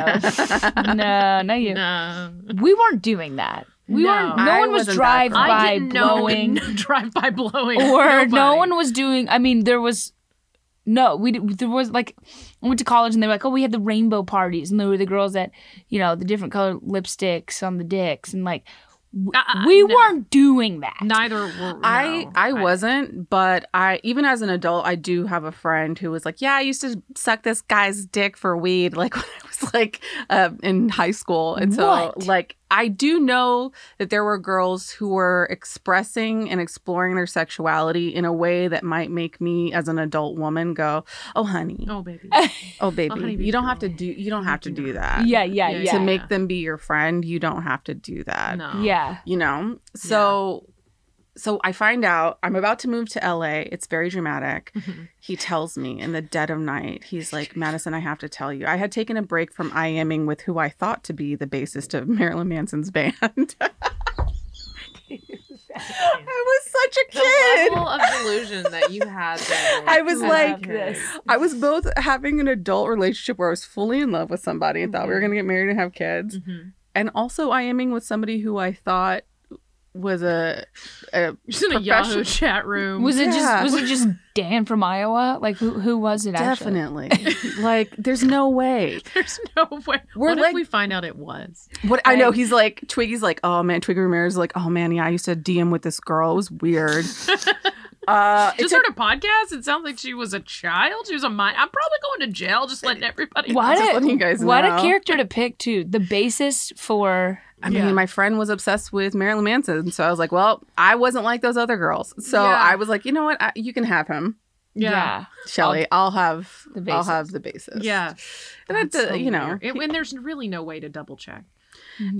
S9: no, not you.
S5: No.
S9: We weren't doing that. We
S5: No.
S9: weren't. No
S1: I
S9: one was
S1: wasn't that
S9: drive
S1: girl.
S5: I
S9: by
S5: didn't know
S9: blowing,
S5: drive by blowing.
S9: or no
S5: Nobody.
S9: one was doing. I mean, there was. No, we d- there was like I went to college and they were like, oh, we had the rainbow parties, and there were the girls that you know the different color lipsticks on the dicks, and like
S5: Uh-uh,
S9: we
S5: no.
S9: weren't doing that.
S5: Neither were.
S1: I
S5: no.
S1: I wasn't, but I even as an adult, I do have a friend who was like, "Yeah, I used to suck this guy's dick for weed," like when I was like uh, in high school, and so
S9: What?
S1: like I do know that there were girls who were expressing and exploring their sexuality in a way that might make me as an adult woman go, "Oh, honey, oh,
S5: Oh baby.
S1: baby,
S5: honey,
S1: you don't
S5: baby
S1: have to
S5: girl.
S1: do you don't have to
S5: You do
S1: do
S5: not."
S1: that."
S9: Yeah, yeah,
S5: Yeah,
S9: yeah.
S1: To
S9: Yeah.
S1: make them be your friend, you don't have to do that
S5: No.
S1: you know so so i find out i'm about to move to la it's very dramatic
S5: Mhm.
S1: he tells me in the dead of night he's like madison i have to tell you i had taken a break from IMing with who i thought to be the bassist of marilyn manson's band i was such a
S5: The
S1: kid
S5: level of delusion that you had. There
S1: I was
S5: as a
S1: like
S5: kid.
S1: I was both having an adult relationship where I was fully in love with somebody and thought
S5: Mm-hmm.
S1: we were going to get married and have kids,
S5: Mhm.
S1: and also IMing with somebody who I thought was a, a
S5: Just in a Yahoo chat room.
S9: Was it
S1: Yeah.
S9: just was it just Dan from Iowa? Like who who was it actually?
S1: Definitely. like, there's no way.
S5: There's no way.
S1: We're
S5: what
S1: like-
S5: if we find out it was?
S1: What I know, he's like Twiggy's like, oh man, Twiggy Ramirez is like, oh man, yeah, I used to DM with this girl. It was weird. uh, it
S5: Just
S1: took-
S5: heard a podcast. It sounds like she was a child. She was a minor. I'm probably going to jail. Just
S1: Uh,
S5: letting everybody.
S9: What
S1: Just
S9: a
S1: letting you guys
S9: what
S1: know.
S9: a character to pick too. The basis for
S1: I mean,
S5: Yeah.
S1: my friend was obsessed with Marilyn Manson, so I was like, well, I wasn't like those other girls, so
S5: Yeah.
S1: I was like, you know what, I, you can have him,
S9: yeah.
S1: Shelly. I'll, have
S9: The
S1: I'll
S9: basis.
S1: have the basis.
S5: Yeah.
S1: and that's
S5: That's so
S1: you know.
S5: weird. It- and there's really no way to double check.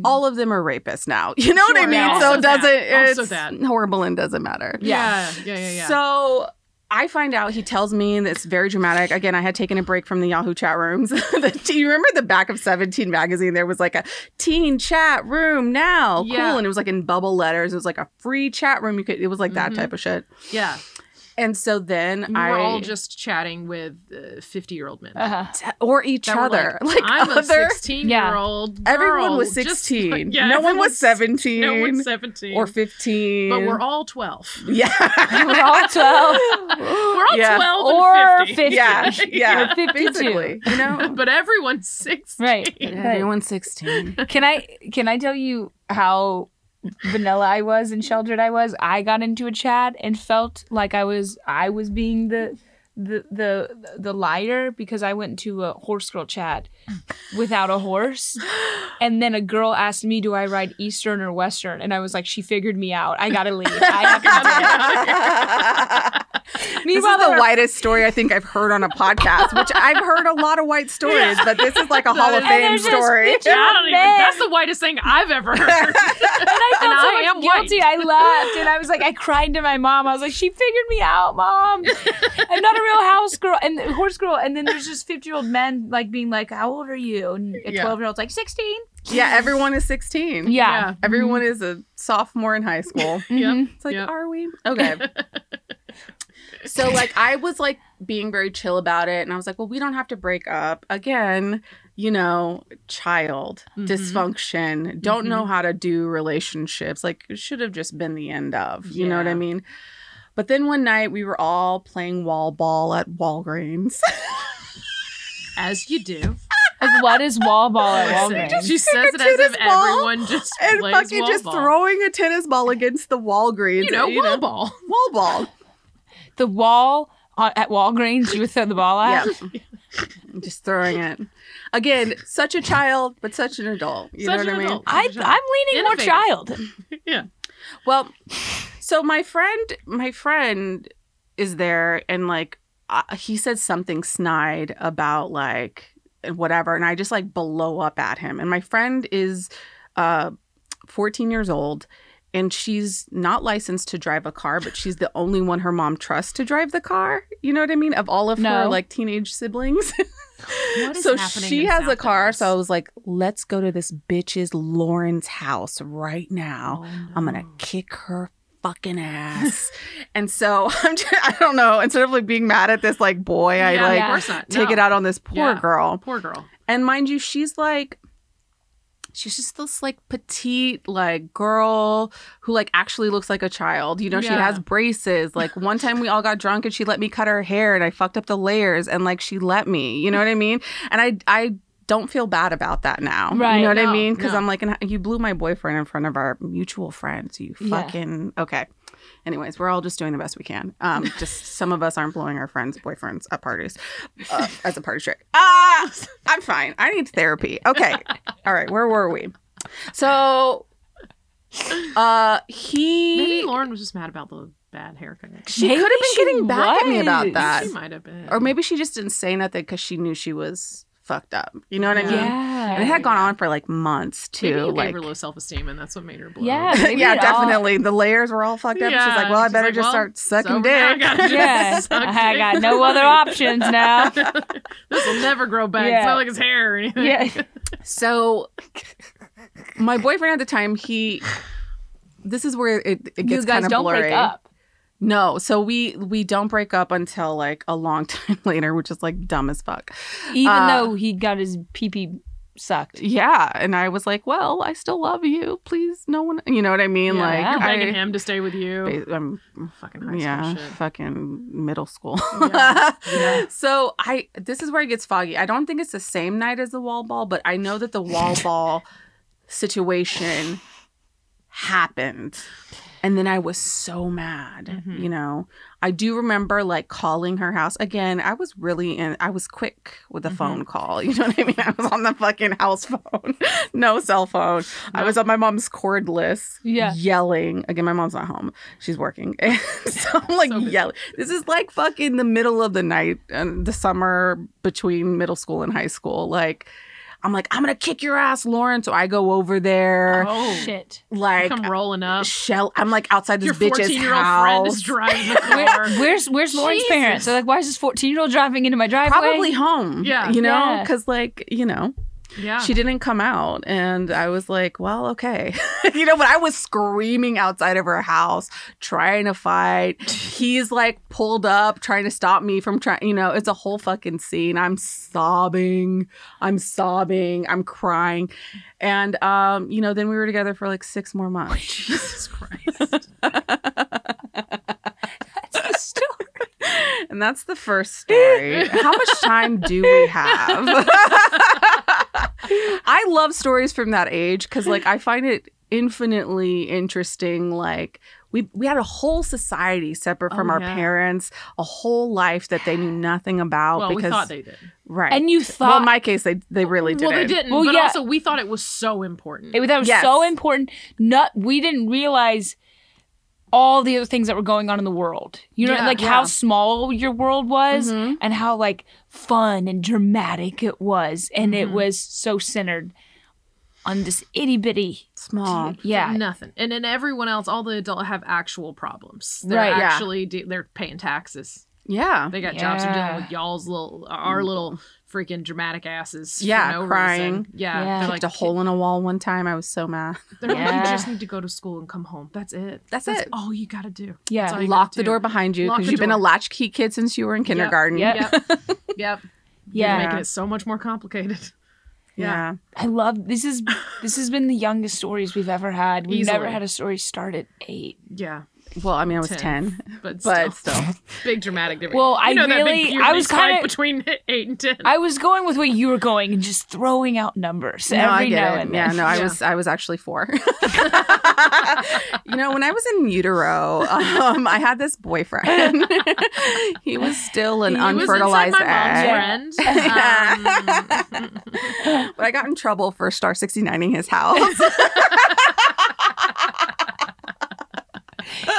S1: All of them are rapists now. You know what I
S5: Sure.
S1: mean?
S9: Yeah,
S1: so
S5: also
S1: it doesn't
S5: that.
S1: it's
S5: Also that.
S1: horrible and doesn't matter.
S5: Yeah. Yeah. Yeah. Yeah.
S1: So I find out he tells me and it's very dramatic. Again, I had taken a break from the Yahoo chat rooms. The- Do you remember the back of 17 magazine? There was like a teen chat room now.
S5: Yeah.
S1: Cool. And it was like in bubble letters. It was like a free chat room. You could it was like that
S5: Mhm.
S1: type of shit.
S5: yeah.
S1: And so then
S5: We
S1: I
S5: were all just chatting with 50 year old men.
S9: Uh-huh.
S1: or each
S5: That were
S1: other.
S5: Like,
S1: Like,
S5: I'm a
S1: other
S5: 16 year old.
S1: everyone was 16. no one was 17
S5: No one's 17.
S1: or 15.
S5: But we're all 12.
S1: yeah.
S9: We're all twelve
S5: We're all
S1: Yeah.
S5: 12
S9: or
S5: and 50.
S9: fifty.
S1: yeah, yeah,
S9: Or 52.
S1: basically, you know.
S5: but everyone's 16.
S9: Right.
S1: Everyone's 16.
S9: Can I can I tell you how vanilla I was and sheltered I was? I got into a chat and felt like I was I was being the the the the liar because I went to a horse girl chat without a horse. And then a girl asked me, Do I ride Eastern or Western? And I was like, She figured me out. I gotta leave. I have to dip."
S1: This
S9: Meanwhile,
S1: is the
S9: there are-
S1: whitest story I think I've heard on a podcast, which I've heard a lot of white stories, but this is like a Hall of
S9: And
S1: Fame
S9: there's this
S1: story.
S9: picture
S5: I
S9: of
S5: don't even,
S9: men.
S5: that's the whitest thing I've ever heard.
S9: And I felt
S5: And
S9: so
S5: I
S9: much
S5: am
S9: guilty. I laughed and I was like, I cried to my mom. I was like, she figured me out, mom. I'm not a real house girl and horse girl. And then there's just 50 year old men like being like, how old are you? And a 12
S5: Yeah.
S9: year old's like, 16.
S1: Yeah, everyone is 16.
S9: Yeah.
S1: Everyone is a sophomore in high school.
S5: Yep.
S1: It's like,
S5: Yep.
S1: are we? Okay. so, like, I was like being very chill about it. And I was like, well, we don't have to break up. Again, you know, child,
S5: Mhm.
S1: dysfunction, don't know
S5: Mm-hmm.
S1: how to do relationships. Like, it should have just been the end of, you know what I
S5: Yeah.
S1: mean? But then one night we were all playing wall ball at Walgreens.
S5: As you do.
S9: Like, what is wall ball at Walgreens?
S5: she says
S1: pick a
S5: it as if
S1: tennis ball
S5: everyone just
S1: and
S5: plays
S1: fucking
S5: wall
S1: just
S5: ball.
S1: throwing a tennis ball against the Walgreens.
S5: you know wall ball.
S1: wall ball.
S9: the wall on, at Walgreens you would throw the ball at?
S1: Yeah. just throwing it. Again, such a child, but such an adult. You
S5: Such
S1: know what
S5: an
S1: I mean?
S5: adult.
S9: I, I'm leaning more
S5: Innovative.
S9: child.
S5: Yeah.
S1: Well, so my friend, my friend is there, and like uh, he said something snide about like whatever, and I just like blow up at him. And my friend is uh, 14 years old. And she's not licensed to drive a car, but she's the only one her mom trusts to drive the car. You know what I mean? Of all of her
S9: No.
S1: like teenage siblings.
S5: What is
S1: so
S5: happening
S1: she
S5: in
S1: has a
S5: South
S1: car.
S5: Dallas?
S1: So I was like, let's go to this bitch's Lauren's house right now.
S5: Oh, no.
S1: I'm gonna kick her fucking ass. and so I'm just, I don't know, instead of like being mad at this like boy, I
S5: Yeah,
S1: like
S5: of course not.
S1: take
S5: No.
S1: it out on this poor
S5: Yeah.
S1: girl.
S5: Poor girl.
S1: And mind you, she's like she's just this like petite like girl who like actually looks like a child. You know, she
S5: Yeah.
S1: has braces. Like one time we all got drunk and she let me cut her hair and I fucked up the layers and like she let me. You know what I mean? And I I don't feel bad about that now.
S9: Right,
S1: You know what I
S5: no,
S1: mean? Because
S5: no.
S1: I'm like, and you blew my boyfriend in front of our mutual friends. You
S9: Yeah.
S1: fucking okay. Anyways, we're all just doing the best we can. Um, just some of us aren't blowing our friends' boyfriends at parties uh, as a party trick. Ah, I'm fine. I need therapy. Okay, all right. Where were we? So, uh, he
S5: Maybe Lauren was just mad about the bad haircut.
S1: she could have been getting back at me about that,
S5: She might have been.
S1: or maybe she just didn't say nothing because she knew she was fucked up. You know what I mean? And it
S9: Yeah.
S1: had gone on for like months
S5: Maybe
S1: too.
S5: you
S1: like,
S5: gave her low self esteem, and that's what made her blow.
S9: Yeah. maybe
S1: yeah,
S9: it all-
S1: definitely. The layers were all fucked up. She's like, well, I
S5: she's
S1: better
S5: like,
S1: just
S5: well,
S1: start
S5: it's
S1: sucking
S5: over now. I
S1: dick.
S5: gotta
S9: Yeah.
S5: just suck
S9: I
S5: dick.
S9: got no other options now.
S5: this will never grow back.
S9: Yeah.
S5: It's not like his hair or anything.
S9: Yeah.
S1: So, my boyfriend at the time, he. This is where it, it gets
S9: You guys
S1: kind of
S9: don't
S1: blurry.
S9: break up.
S1: No, so we we don't break up until like a long time later, which is like dumb as fuck.
S9: Even
S1: Uh,
S9: though he got his pee pee sucked.
S1: Yeah, and I was like, well, I still love you. Please, no one, you know what I mean?
S5: Yeah,
S1: like,
S5: you're begging
S1: I,
S5: him to stay with you.
S1: ba- um, I'm
S5: Fucking high
S1: yeah,
S5: school shit.
S1: fucking middle school.
S5: Yeah, yeah.
S1: So I this is where it gets foggy. I don't think it's the same night as the wall ball, but I know that the wall ball situation happened. And then I was so mad,
S5: Mhm.
S1: you know. I do remember like calling her house again. I was really in I was quick with a
S5: Mhm.
S1: phone call. You know what I mean? I was on the fucking house phone. no cell phone. I was on my mom's cordless
S9: Yeah.
S1: yelling. Again, my mom's not home. She's working. And so I'm like
S5: So busy.
S1: yelling. This is like fucking the middle of the night and the summer between middle school and high school. Like, I'm like, I'm gonna kick your ass, Lauren. So I go over there.
S5: Oh,
S9: Shit.
S5: you
S1: like uh,
S5: come rolling up.
S1: shell I'm like outside this
S5: Your
S1: bitch's
S5: fourteen-year-old friend
S1: house.
S5: is driving the car.
S9: Where, where's where's Lauren's parents? They're like, why is this 14 year old driving into my driveway?
S1: Probably home.
S5: Yeah.
S1: You know?
S9: Yeah.
S1: Cause like, you know,
S5: yeah,
S1: she didn't come out. And I was like, well, okay. you know, but I was screaming outside of her house, trying to fight. He's like pulled up, trying to stop me from trying, you know, it's a whole fucking scene. I'm sobbing. I'm sobbing. I'm crying. And, um, you know, then we were together for like six more months.
S5: Jesus Christ.
S1: and that's the first story. How much time do we have? I love stories from that age because, like, I find it infinitely interesting. Like, we we had a whole society separate from
S5: Oh,
S1: our
S5: yeah.
S1: parents, a whole life that they knew nothing about.
S5: well,
S1: because,
S5: we thought they did.
S1: right.
S9: And you
S1: well,
S9: thought
S1: in my case, they they really did.
S5: Well, they didn't.
S9: Well,
S5: but
S9: yeah.
S5: also, we thought it was so important.
S9: It, that was
S1: Yes.
S9: so important. Not we didn't realize all the other things that were going on in the world. You know,
S5: Yeah,
S9: like
S5: yeah.
S9: how small your world was,
S1: Mm-hmm.
S9: and how like fun and dramatic it was, and
S1: Mm-hmm.
S9: it was so centered on this itty bitty.
S1: Small.
S9: Yeah,
S5: Nothing. And then everyone else, all the adult have actual problems. They're
S9: Right,
S1: yeah.
S5: actually de- they're paying taxes.
S1: Yeah.
S5: They got jobs they're dealing
S9: Yeah.
S5: with y'all's little our little freaking dramatic asses. for
S1: Yeah,
S5: no
S1: crying.
S5: Reason. Yeah.
S9: Yeah.
S5: They're
S1: Kicked a hole in a wall one time. I was so mad.
S5: They're like, you
S9: Yeah.
S5: just need to go to school and come home. That's it.
S1: That's it.
S5: all you gotta do.
S9: Yeah.
S5: That's all you
S1: Lock
S5: gotta
S1: the
S5: do.
S1: door behind you
S5: Lock
S1: because
S5: the
S1: you've been a
S5: door.
S1: latchkey kid since you were in kindergarten.
S9: Yep.
S5: Yep. yep.
S9: yeah.
S5: You're making it so much more complicated.
S1: Yeah.
S9: I love this. Is this has been the youngest stories we've ever had? We never
S5: Easily.
S9: had a story start at eight.
S5: Yeah.
S1: Well, I mean, I was
S5: 10.
S1: 10.
S5: But,
S1: But
S5: still,
S1: still.
S5: big dramatic difference.
S9: Well, I
S5: you know that
S9: really-
S5: big
S9: I
S5: puberty
S9: was
S5: spike
S9: kinda-
S5: between eight and ten.
S9: I was going with where you were going and just throwing out numbers
S1: no, I
S9: every
S1: get
S9: now
S1: it.
S9: and
S1: yeah,
S9: then.
S1: no, I
S5: Yeah.
S1: was I was actually four. you know, when I was in utero, um, I had this boyfriend. he was still an
S5: He was inside
S1: unfertilized
S5: my mom's
S1: egg.
S5: friend.
S1: Yeah.
S5: Um,
S1: But I got in trouble for star 69ing his house.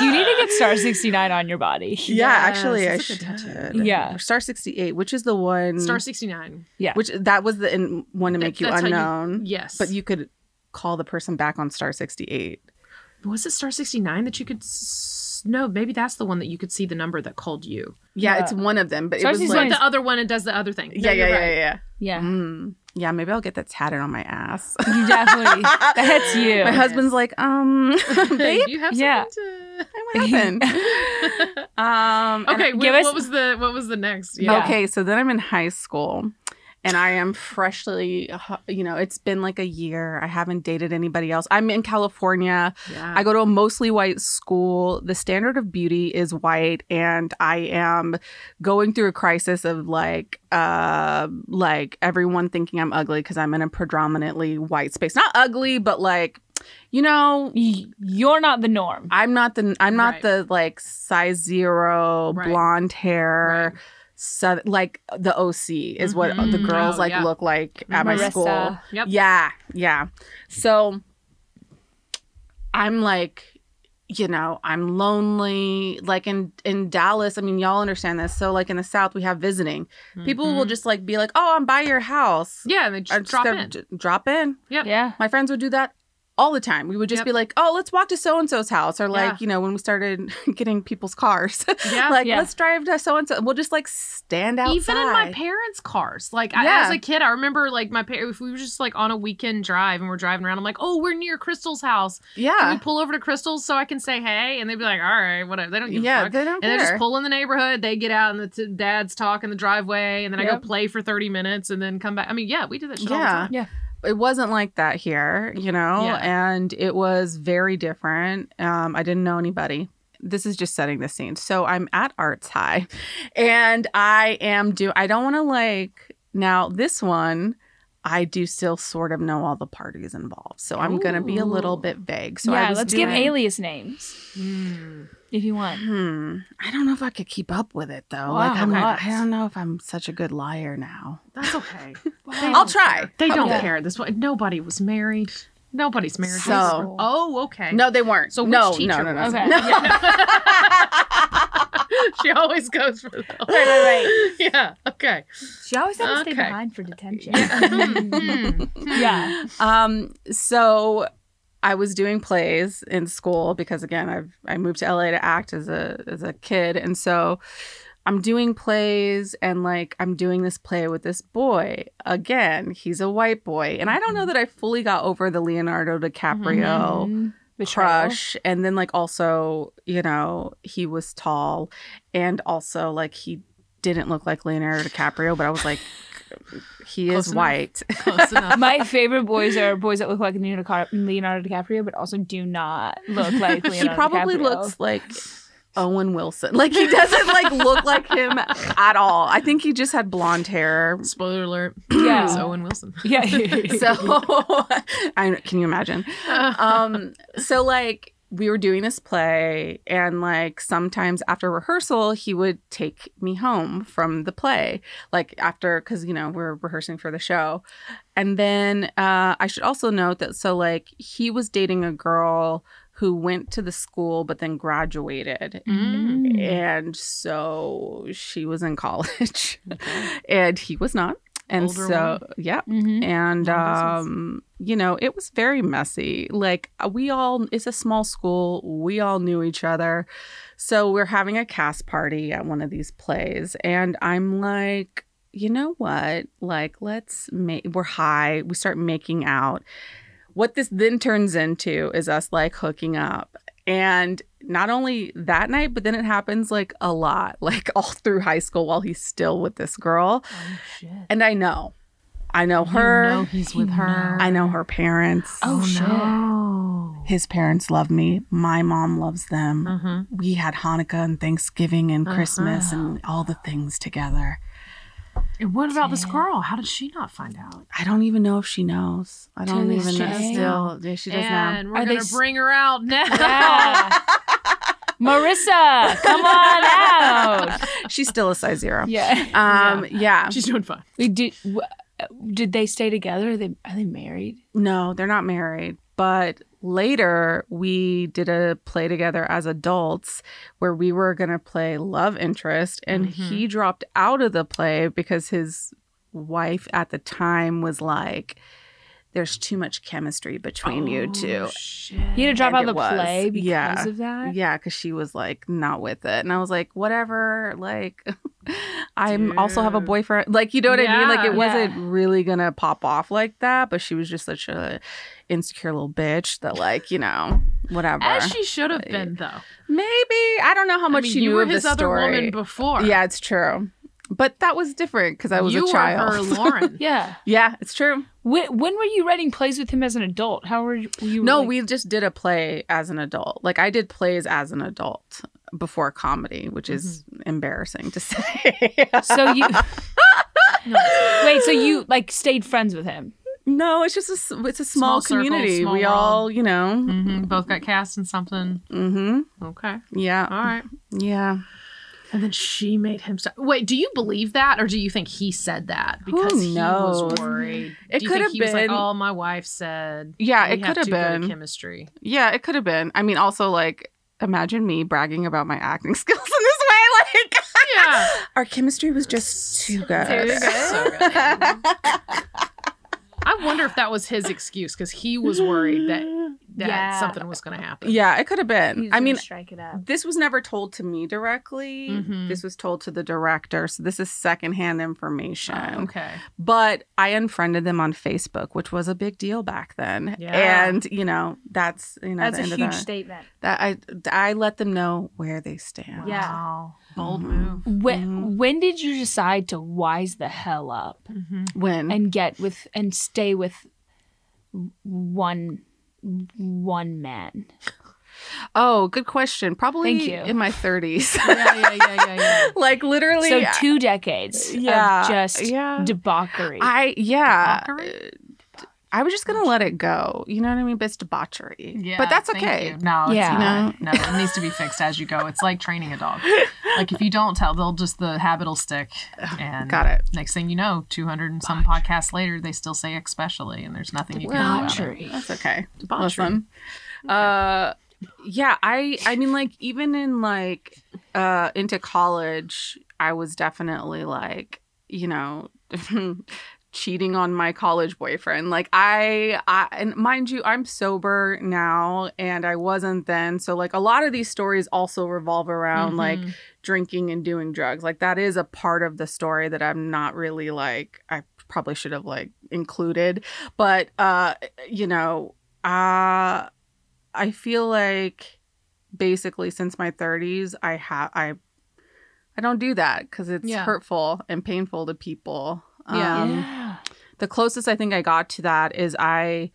S9: You need to get star sixty nine on your body.
S1: yeah,
S5: Yes,
S1: actually, I
S5: that's a good
S1: should.
S5: tattoo.
S9: Yeah.
S1: Or star 68, which is the one.
S5: um, Star sixty nine.
S1: which that was the in, one to
S5: That-
S1: make you
S5: that's how you-
S1: unknown.
S5: Yes,
S1: But you could call the person back on star 68.
S5: was it Star sixty nine that you could. S- no, maybe that's the one that you could see the number that called you.
S1: Yeah,
S9: Yeah.
S1: it's one of them, but
S9: Star
S1: it was
S9: 69
S1: like.
S5: But the other one, it does the other thing. No,
S1: yeah, yeah,
S5: you're
S1: yeah,
S5: right.
S1: yeah, yeah.
S9: Yeah.
S1: Mm. Yeah, maybe I'll get that tatted on my ass.
S9: You definitely that's you.
S1: My husband's like, um, babe,
S5: you have
S9: Yeah.
S5: something
S1: what happened?
S5: to-
S1: um, and-
S5: okay, what,
S9: give us-
S5: what was the what was the next?
S9: Yeah.
S1: okay. So then I'm in high school, and I am freshly, uh, you know, it's been like a year. I haven't dated anybody else. I'm in California.
S5: yeah.
S1: I go to a mostly white school. The standard of beauty is white, and I am going through a crisis of like, uh, like everyone thinking I'm ugly because I'm in a predominantly white space. Not ugly, but like, you know,
S9: Y- You're not the norm.
S1: I'm not the I'm not
S5: Right.
S1: the like size zero
S5: Right.
S1: blonde hair. south- like the OC is what
S5: Mhm.
S1: the girls
S5: Oh,
S1: like
S5: yeah. Mm-hmm.
S1: look like at my
S9: Marissa.
S1: school.
S5: Yep.
S1: Yeah, yeah. So I'm like, you know, I'm lonely. Like in in Dallas, I mean, y'all understand this. So like in the South, we have visiting. People will just like be like, "Oh, I'm by your house."
S5: Mm-hmm. Yeah, and they
S1: I
S5: just drop
S1: gonna
S5: in.
S1: j- drop in.
S9: Yeah.
S1: My friends would do that all the time. We would just
S5: Yep.
S1: be like, oh, let's walk to so and so's house. Or like,
S5: Yeah.
S1: you know, when we started getting people's cars,
S5: yeah.
S1: like,
S9: Yeah.
S1: let's drive to so and so. We'll just like stand outside.
S5: even in my parents' cars. Like I,
S1: Yeah.
S5: as a kid, I remember like my parents. If we were just like on a weekend drive and we're driving around, I'm like, "Oh, we're near Crystal's house. Can
S1: Yeah.
S5: we pull over to Crystal's so I can say hey?" And they'd be like, "All right, whatever." They don't give
S1: Yeah.
S5: a fuck.
S1: They don't
S5: and they
S1: care.
S5: just pull in the neighborhood. They get out, and the t- dads talk in the driveway, and then I go
S9: Yep.
S5: play for thirty minutes, and then come back. I mean, yeah, we did that shit all the
S1: Yeah.
S5: time.
S1: it wasn't like that here, you know,
S5: Yeah.
S1: and it was very different. Um, I didn't know anybody. This is just setting the scene. So I'm at Arts High and I am do I don't want to like now this one I do still sort of know all the parties involved. So I'm going to be a little
S9: Ooh.
S1: bit vague. So I
S9: yeah,
S1: was
S9: let's give
S1: doing-
S9: alias names
S5: Mm.
S9: if you want.
S1: Hmm. I don't know if I could keep up with it though.
S9: Wow,
S1: like I'm
S9: okay.
S1: not, I don't know if I'm such a good liar now.
S5: That's okay.
S1: I'll try.
S5: They don't
S9: Yeah.
S5: care. This one. Nobody was married. Nobody's married.
S1: So-
S5: oh, okay.
S1: No, they weren't.
S5: So which
S1: no,
S5: teacher
S1: no, no, no,
S9: was it?
S1: no.
S9: Okay.
S5: she always goes for those. Right,
S9: right,
S5: Yeah. Okay.
S9: She always
S5: had to stay Okay. behind
S9: for detention.
S5: Hmm.
S9: yeah.
S1: Um, so I was doing plays in school because again, I've I moved to LA to act as a as a kid, and so I'm doing plays and like I'm doing this play with this boy. Again, he's a white boy, and I don't
S5: Mm-hmm.
S1: know that I fully got over the Leonardo DiCaprio
S9: Mhm. Betrayal.
S1: crush and then like also you know he was tall and also like he didn't look like leonardo dicaprio but i was like he
S5: Close
S1: is
S5: enough.
S1: white
S5: Close enough.
S9: My favorite boys are boys that look like Leonardo Ca- Leonardo DiCaprio, but also do not look like Leonardo
S1: he probably
S9: DiCaprio.
S1: looks like Owen Wilson. Like he doesn't like look like him at all. I think he just had blonde hair.
S5: Spoiler alert.
S9: Yeah.
S5: It's Owen Wilson.
S9: Yeah.
S1: So I can you imagine?
S5: uh,
S1: Um so like we were doing this play and like sometimes after rehearsal he would take me home from the play like after cuz you know we're rehearsing for the show. And then uh I should also note that so like he was dating a girl who went to the school but then graduated
S5: Mm.
S1: and so she was in college and he was not and
S5: Older
S1: so yeah
S9: Mhm.
S1: and
S5: Long distance.
S1: um you know it was very messy like uh, we all it's a small school we all knew each other so we're having a cast party at one of these plays and i'm like you know what like let's make we're high we start making out what this then turns into is us like hooking up and not only that night but then it happens like a lot like all through high school while he's still with this
S5: Oh,
S1: girl and i know i know her
S5: You know he's with her.
S1: Oh. I know her parents.
S9: Oh, shit.
S1: His parents love me. My mom loves them.
S5: Mhm.
S1: We had Hanukkah and Thanksgiving and Christmas and all the things together.
S5: And what about this girl? How did she not find out?
S1: I don't even know if she knows. I don't
S9: this
S1: even know.
S9: day.
S1: Still, yeah, she does now.
S5: and we're
S9: Are they
S5: gonna
S9: s-
S5: bring her out now.
S9: Yeah. Marissa, come on out.
S1: She's still a size zero.
S9: Yeah.
S1: Um, yeah.
S5: She's doing fine.
S9: We did. w- uh, Did they stay together? Are they are they married?
S1: No, they're not married. But later, we did a play together as adults where we were going to play love interest. And he dropped out of the play because his wife at the time was like, there's too much chemistry between you
S5: Oh,
S1: two.
S9: He had to drop
S1: And
S9: out
S1: it
S9: of the
S1: was.
S9: play because
S1: Yeah.
S9: of that.
S1: Yeah, because she was like not with it. And I was like, whatever. Like, I'm also have a
S5: Dude.
S1: boyfriend. Like, you know what I mean? Like,
S5: Yeah.
S1: it wasn't really going to pop off like that, but she was just such a insecure little bitch that, like, you know, whatever.
S5: As she should have been, though.
S1: Maybe. I don't know how
S5: I
S1: much
S5: mean,
S1: she
S5: you
S1: knew
S5: were
S1: of
S5: his
S1: this
S5: other
S1: story.
S5: woman before.
S1: Yeah, it's true. But that was different because I was
S5: you
S1: a child.
S5: were her Lauren.
S9: Yeah.
S1: yeah, it's true.
S9: When, when were you writing plays with him as an adult? How were you? were you,
S1: No,
S9: like-
S1: we just did a play as an adult. Like I did plays as an adult before comedy, which
S5: Mm-hmm.
S1: is embarrassing to say.
S9: So you. No. Wait. So you like stayed friends with him?
S1: no, it's just a, s- it's a small,
S5: Small circle,
S1: community.
S5: small
S1: we
S5: world.
S1: all, you know.
S5: hmm Both got cast in something.
S1: Mm-hmm.
S5: Okay.
S1: Yeah.
S5: All right.
S1: Yeah.
S5: And then she made him stop. Wait, do you believe that, or do you think he said that because he
S1: knows?
S5: was worried?
S1: It
S5: Do you
S1: could
S5: think
S1: have
S5: he was like,
S1: been-
S5: "Oh, my wife said."
S1: Yeah,
S5: we
S1: it could have
S5: too good
S1: been.
S5: chemistry.
S1: Yeah, it could have been. I mean, also like imagine me bragging about my acting skills in this way like
S5: Yeah,
S1: our chemistry was just too good.
S5: So good. I wonder if that was his excuse because he was worried that that
S9: Yeah.
S5: something was going to happen.
S1: yeah, it could have been. I mean,
S9: strike it up.
S1: this was never told to me directly.
S5: Mhm.
S1: This was told to the director. So this is secondhand information.
S5: Oh, okay.
S1: But I unfriended them on Facebook, which was a big deal back then.
S5: Yeah.
S1: And, you know, that's, you know,
S9: That's
S1: the
S9: a
S1: end
S9: huge
S1: of that.
S9: statement.
S1: that I, I let them know where they stand.
S9: Yeah.
S5: Wow. Bold
S1: Mhm.
S5: move.
S9: When when did you decide to wise the hell up
S1: When?
S9: and get with and stay with one one man?
S1: oh, good question. Probably
S9: Thank you.
S1: in my 30s.
S5: Yeah, yeah, yeah, yeah, yeah.
S1: like literally.
S9: So two decades
S1: Yeah,
S9: of just
S1: yeah.
S9: debauchery.
S1: I, yeah.
S5: Debauchery?
S1: uh, I was just going to let it go. You know what I mean? But it's debauchery.
S5: Yeah,
S1: but that's
S5: thank
S1: okay.
S5: you. No, it's
S9: Yeah.
S5: not. no, it needs to be fixed as you go. It's like training a dog. Like if you don't tell, they'll just the habit will stick. And
S1: Got it.
S5: Next thing you know, two hundred and some podcasts later, they still say especially, and there's nothing you can do about it.
S9: debauchery.
S1: That's okay.
S5: Debauchery.
S1: Listen. Uh yeah, I I mean like even in like uh into college, I was definitely like, you know, cheating on my college boyfriend. Like I I and mind you, I'm sober now and I wasn't then. So like a lot of these stories also revolve around like drinking and doing drugs. Like that is a part of the story that I'm not really like I probably should have like included. But uh you know, uh I feel like basically since my 30s I have I I don't do that cuz it's
S5: Yeah.
S1: hurtful and painful to people.
S5: Yeah.
S1: Um, the closest I think I got to that is I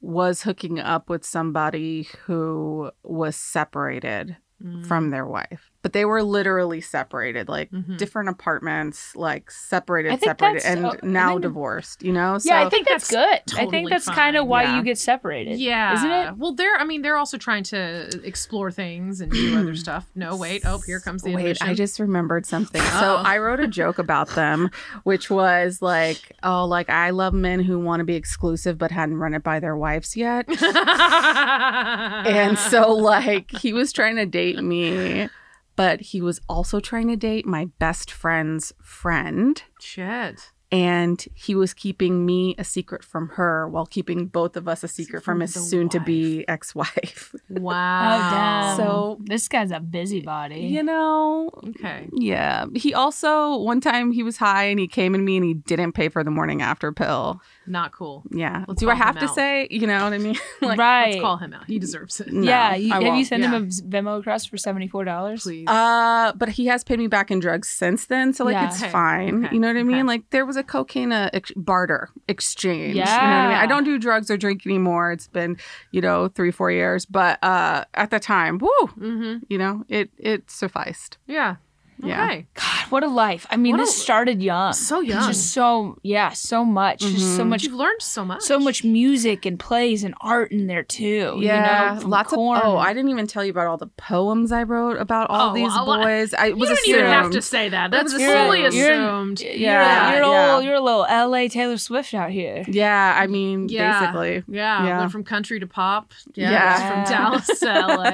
S1: was hooking up with somebody who was separated
S5: Mm.
S1: from their wife. But they were literally separated, like
S5: Mhm.
S1: different apartments, like separated,
S9: I think
S1: separated,
S9: that's-
S1: and
S9: uh, I
S1: now
S9: think-
S1: divorced, you know? So
S9: yeah, I think that's, good. I
S5: totally
S9: think that's
S5: fine.
S9: kind of why
S1: Yeah.
S9: you get separated.
S5: Yeah,
S9: Isn't it?
S5: Well, they're I mean they're also trying to explore things and do other stuff. No, wait. Oh, here comes the
S1: Wait,
S5: admission.
S1: I just remembered something. So
S5: Uh-oh.
S1: I wrote a joke about them, which was like, oh, like I love men who want to be exclusive but hadn't run it by their wives yet. and
S5: and
S1: so like he was trying to date me but he was also trying to date my best friend's friend
S5: shit.
S1: and he was keeping me a secret from her while keeping both of us a secret from his
S5: the
S1: soon to be ex-wife
S5: Wow.
S9: Oh, damn.
S5: Oh,
S1: so
S9: This guy's a busybody.
S1: you know
S5: Okay.
S1: yeah he also one time he was high and he came in me and he didn't pay for the morning after pill
S5: Not cool.
S1: yeah
S5: Let's
S1: do i
S5: call him
S1: have to
S5: out.
S1: say you know what i Mm. mean like
S9: right.
S5: Let's call him out. He deserves it.
S1: no,
S9: yeah.
S1: I
S9: You, have you
S1: won't.
S9: sent
S5: Yeah.
S9: him a Venmo request for seventy four dollars?
S5: Please.
S1: Uh, but he has paid me back in drugs since then, so like
S9: Yeah.
S1: it's
S5: Okay.
S1: fine.
S5: Okay.
S1: You know what I mean?
S5: Okay.
S1: Like there was a cocaine uh, ex- barter exchange. You know what I mean?
S9: Yeah.
S1: I don't do drugs or drink anymore. It's been, you know, three, four years. But uh, at the time, woo,
S5: Mm-hmm.
S1: you know, it it sufficed.
S5: Yeah.
S1: Yeah.
S5: Okay.
S9: God, what a life. I mean,
S5: What
S9: this
S5: a-
S9: started young.
S5: So
S9: It's
S5: young.
S9: Just so, yeah, so much. Just so
S1: Mhm.
S9: much
S5: You've learned so much.
S9: so much music and plays and art in there too.
S1: Yeah,
S9: you know, from
S1: lots
S9: Korn.
S1: of. Oh, I didn't even tell you about all the poems I wrote about all
S5: Oh,
S1: these
S5: well, I-
S1: boys. I it
S5: You
S1: was
S5: don't even have to
S1: assumed.
S5: say that.
S1: It
S5: That's
S1: was
S5: fully
S1: assumed.
S9: You're-
S5: assumed.
S9: you're,
S1: Yeah,
S9: you're
S1: yeah.
S9: old. You're a little L.A. Taylor Swift out here.
S1: Yeah, I mean,
S5: Yeah.
S1: basically.
S5: Yeah,
S1: Yeah.
S5: went from country to pop. Yeah,
S1: Yeah.
S5: just
S9: Yeah.
S5: from Dallas to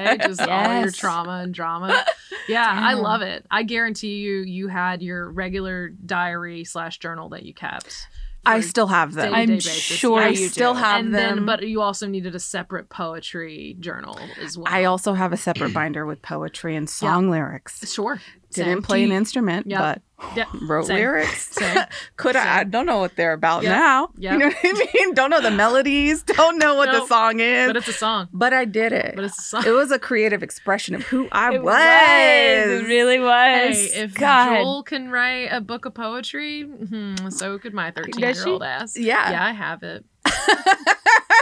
S5: LA, just all your
S9: Yes.
S5: trauma and drama. Yeah, I
S9: Damn.
S5: love it. I guarantee you, you had your regular diary slash journal that you kept.
S1: I
S5: for-
S1: still have them.
S5: Day-to-day
S9: I'm
S5: basis.
S9: sure
S1: I
S9: you do.
S1: still have
S5: and
S1: them.
S5: then, but you also needed a separate poetry journal as well.
S1: I also have a separate binder with poetry and song lyrics.
S5: sure
S1: Didn't
S5: Same.
S1: play an
S5: Do
S1: instrument,
S5: Yep.
S1: but
S5: Yep.
S1: wrote
S5: Same.
S1: lyrics.
S5: you- Same.
S1: Could I? I don't know what they're about
S5: Yep.
S1: now. You
S5: Yep.
S1: know what I mean? Don't know the melodies. Don't know what the
S5: Nope.
S1: song is.
S5: but
S1: But,
S5: it's a song.
S1: I did it.
S5: But it's a song.
S1: it was a creative expression of who I
S9: It
S1: was.
S9: It really was.
S5: Hey, if
S9: God.
S5: Joel can write a book of poetry, hmm, so could my thirteen-year-old ass.
S1: Yeah.
S5: yeah, I have it.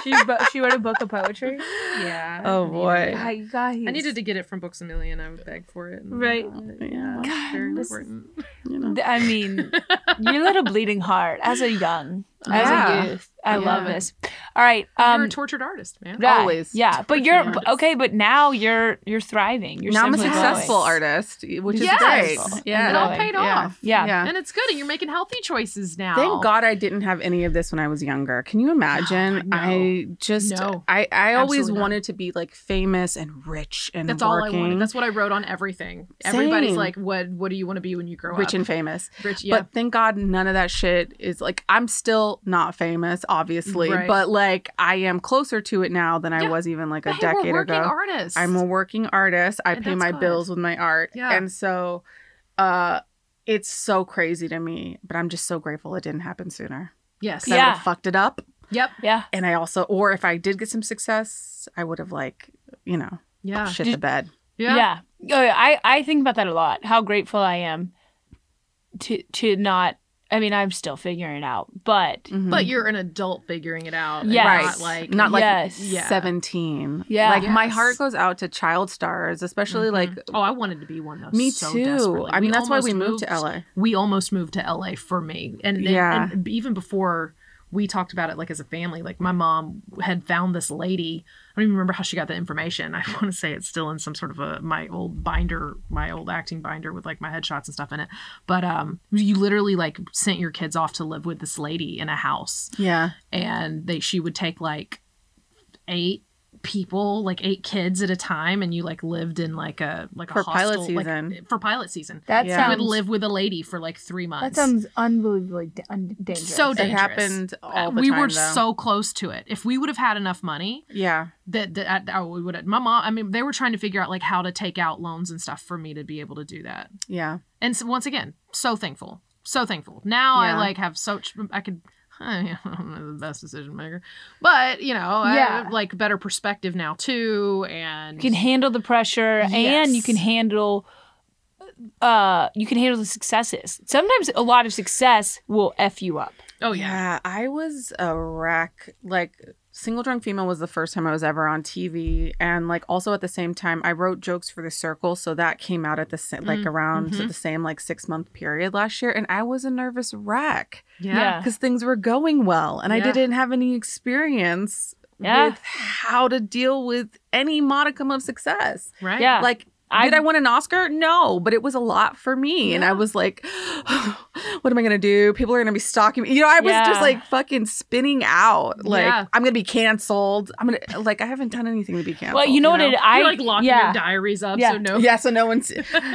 S9: she, she wrote a book of poetry.
S5: Yeah.
S1: Oh,
S5: I need
S1: boy.
S5: it.
S9: I, guys.
S5: I needed to get it from Books a Million. I would beg for it. and-
S9: Right.
S1: Yeah.
S5: It's very
S9: this-
S5: important.
S1: You know.
S9: I mean, your little bleeding heart as a young,
S1: Yeah.
S9: as a youth. I love
S5: Yeah.
S9: this. All right.
S5: You're a
S9: Um,
S5: tortured artist, man.
S9: yeah,
S1: always
S9: Yeah, but
S5: tortured
S9: you're
S5: artist.
S9: okay. But now you're you're thriving. You're
S1: now I'm a
S9: simply
S1: successful
S9: growing.
S1: artist, which is
S5: Yes.
S1: great.
S9: Yeah.
S5: It all
S9: Really.
S5: paid
S1: Yeah.
S5: off.
S9: Yeah.
S1: yeah.
S5: And it's good. And you're making healthy choices now.
S1: Thank God I didn't have any of this when I was younger. Can you imagine?
S5: No.
S1: I just
S5: No.
S1: I I always
S5: Absolutely not.
S1: wanted to be like famous and rich and
S5: That's all I
S1: working.
S5: wanted. That's what I wrote on everything. Everybody's
S1: Same.
S5: like, what What do you want to be when you grow
S1: rich
S5: up?
S1: and famous.
S5: Rich, yeah.
S1: But thank God none of that shit is like I'm still not famous, obviously,
S5: Right.
S1: but like I am closer to it now than I
S5: Yeah.
S1: was even like
S5: But
S1: a
S5: hey,
S1: decade
S5: we're working
S1: ago.
S5: artists.
S1: I'm a working artist. I
S5: And
S1: pay
S5: that's
S1: my
S5: good.
S1: bills with my art.
S5: Yeah.
S1: And so uh it's so crazy to me, but I'm just so grateful it didn't happen sooner.
S5: yes.
S1: 'Cause I would
S9: Yeah.
S1: have fucked it up.
S5: Yep.
S9: Yeah.
S1: and I also, or if I did get some success, I would have like, you know,
S5: Yeah.
S1: shit
S9: Did-
S1: the bed.
S5: Yeah.
S9: Yeah. Oh, yeah. I, I think about that a lot. How grateful I am to to not I mean, I'm still figuring it out, but
S1: Mhm.
S5: But you're an adult figuring it out. and Not
S9: Yes.
S5: like
S1: not like
S9: yes.
S5: yeah.
S1: seventeen.
S9: Yeah.
S1: like my
S5: Yes.
S1: heart goes out to child stars, especially
S5: Mhm.
S1: like
S5: oh, I wanted to be one though.
S1: me
S5: so
S1: too.
S5: desperately.
S1: I mean,
S5: We
S1: that's why we
S5: almost
S1: moved, to LA.
S5: we almost moved to LA for me. And, and-
S1: Yeah.
S5: and even before we talked about it, like as a family, like my mom had found this lady. I don't even remember how she got the information. I want to say it's still in some sort of a my old binder, my old acting binder with like my headshots and stuff in it. But um, you literally like sent your kids off to live with this lady in a house
S1: Yeah,
S5: and they she would take like eight people like eight kids at a time and you like lived in like a like a
S1: For pilot
S5: hostel, like,
S1: season.
S5: for pilot season
S9: That
S1: Yeah.
S5: you
S9: sounds
S5: would live with a lady for like three months
S9: unbelievably da- un- dangerous.
S5: So
S1: it
S5: dangerous. Uh,
S1: happened all the
S5: we
S1: time.
S5: were
S1: though.
S5: so close to it if we would have had enough money
S1: yeah,
S5: that, that I, I would have my mom i mean they were trying to figure out like how to take out loans and stuff for me to be able to do that
S1: yeah.
S5: and so, once again so thankful so thankful now
S1: Yeah.
S5: i like have such i could I am the best decision maker but you know i
S9: Yeah.
S5: have like better perspective now too and
S9: you can handle the pressure and you
S5: Yes.
S9: can handle uh you can handle the successes. Sometimes a lot of success will F you up.
S5: oh yeah
S1: Yeah, I was a wreck. Like, Single Drunk Female was the first time I was ever on TV. And, like, also at the same time, I wrote jokes for The Circle. So that came out at the, sa- like,
S5: Mm,
S1: around
S5: mhm.
S1: the same, like, six month period last year. And I was a nervous wreck
S5: yeah
S1: because things were going well and I
S5: Yeah.
S1: didn't have any experience
S9: Yeah.
S1: with how to deal with any modicum of success.
S5: right
S9: Yeah.
S1: Like,
S9: I-
S1: did I win an Oscar? No, but it was a lot for me. And I was like, what am I going to do? People are going to be stalking me. You know, I was
S9: Yeah.
S1: just like fucking spinning out. Like,
S5: Yeah.
S1: I'm going to be canceled. I'm going to, like, I haven't done anything to be canceled.
S9: Well, Oh, you know what it, I
S5: You're like locking
S9: yeah.
S5: your diaries up
S9: Yeah.
S5: so no
S1: Yeah, so no one's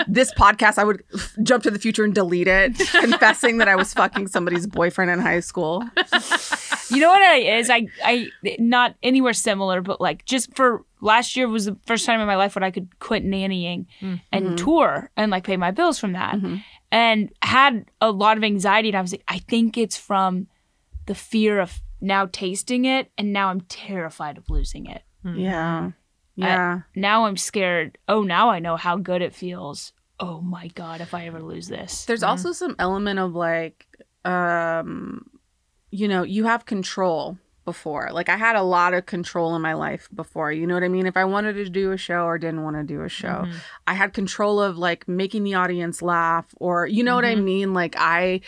S1: this podcast. I would f- jump to the future and delete it, confessing that I was fucking somebody's boyfriend in high school.
S9: You know what it is? I, I, not anywhere similar, but like just for last year was the first time in my life when I could quit nannying
S5: Mm-hmm.
S9: and tour and like pay my bills from that
S1: Mhm.
S9: and had a lot of anxiety. And I was like, I think it's from the fear of now tasting it. And now I'm terrified of losing it.
S1: Yeah, yeah,
S9: Now I'm scared. Oh, now I know how good it feels. Oh my God, if I ever lose this.
S1: There's also some element of like um you know you have control before like i had a lot of control in my life before you know what i mean if i wanted to do a show or didn't want to do a show
S5: Mhm.
S1: i had control of like making the audience laugh or you know what i
S5: Mhm.
S1: mean like i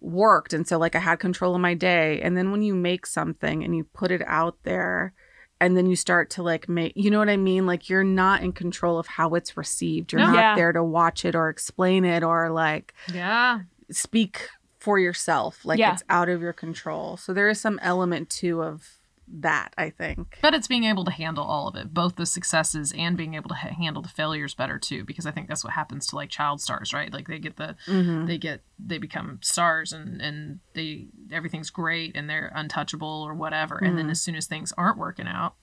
S1: worked and so like i had control of my day and then when you make something and you put it out there and then you start to like make you know what i mean like you're not in control of how it's received you're
S5: No.
S1: not
S9: Yeah.
S1: there to watch it or explain it or like
S5: Yeah.
S1: speak for yourself like
S9: Yeah.
S1: it's out of your control so there is some element too of that i think
S5: But it's being able to handle all of it, both the successes and being able to ha- handle the failures better too, because I think that's what happens to like child stars, right? Like they get the
S1: mm-hmm.
S5: they get they become stars and and they everything's great and they're untouchable or whatever. And then
S1: Mhm.
S5: as soon as things aren't working out,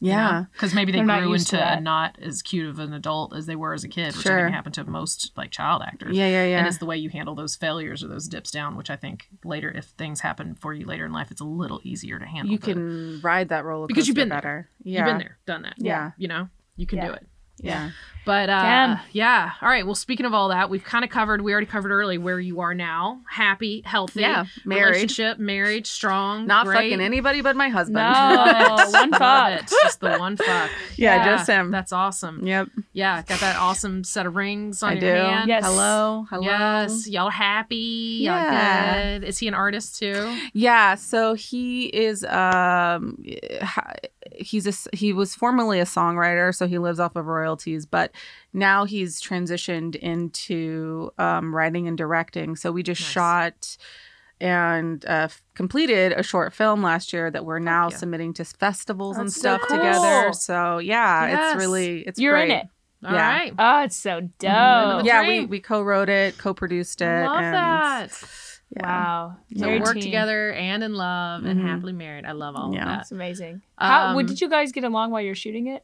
S1: yeah
S5: because maybe they
S9: They're not
S5: grew
S9: used to
S5: into
S9: that.
S5: not as cute of an adult as they were as a kid, which I
S1: Sure.
S5: think happened to most like child actors.
S1: yeah yeah
S5: And
S1: yeah
S5: it's the way you handle those failures or those dips down, which I think later, if things happen for you later in life, it's a little easier to handle.
S1: you
S5: the-
S1: can ride that roller coaster
S5: Because you've been there.
S1: better
S5: you've
S1: yeah
S5: been there, done that.
S1: Yeah.
S5: you know, you can do
S9: Yeah.
S5: it.
S1: yeah
S5: But uh,
S9: Damn.
S5: yeah, all right. Well, speaking of all that, we've kind of covered. We already covered early where you are now, happy, healthy,
S1: Yeah, married.
S5: relationship, marriage, strong,
S1: not
S5: great.
S1: fucking anybody but my husband
S9: No, Oh,
S5: Love
S9: one
S5: it.
S9: fuck.
S5: Just the one fuck.
S1: yeah,
S9: Yeah.
S1: just him
S5: That's awesome.
S1: yep
S5: Yeah, got that awesome set of rings on
S1: i
S5: your
S1: do
S5: hand.
S9: Yes.
S1: hello hello
S5: Yes, y'all happy.
S1: Yeah.
S5: Y'all good. Is he an artist too?
S1: Yeah, so he is um ha- he's a s- he was formerly a songwriter, so he lives off of royalties, but now he's transitioned into um writing and directing. So we just
S5: Nice.
S1: shot and uh, f- completed a short film last year that we're now
S5: yeah.
S1: submitting to festivals and
S9: That's so
S1: stuff
S9: cool.
S1: together. So yeah,
S5: Yes.
S1: it's really it's
S9: You're in
S1: great.
S9: it.
S5: All
S1: Yeah.
S5: right.
S9: Oh, it's so dope.
S5: Mhm.
S1: Yeah, we,
S5: Dream.
S1: we co-wrote it, co-produced it,
S5: Love
S1: and
S5: that.
S1: yeah.
S9: Wow.
S5: So
S9: Very
S5: work
S9: teen.
S5: together and in love and
S1: Mhm.
S5: happily married. I love all
S1: Yeah.
S5: of that.
S9: That's amazing. How
S5: Um,
S9: well, did you guys get along while you're shooting it?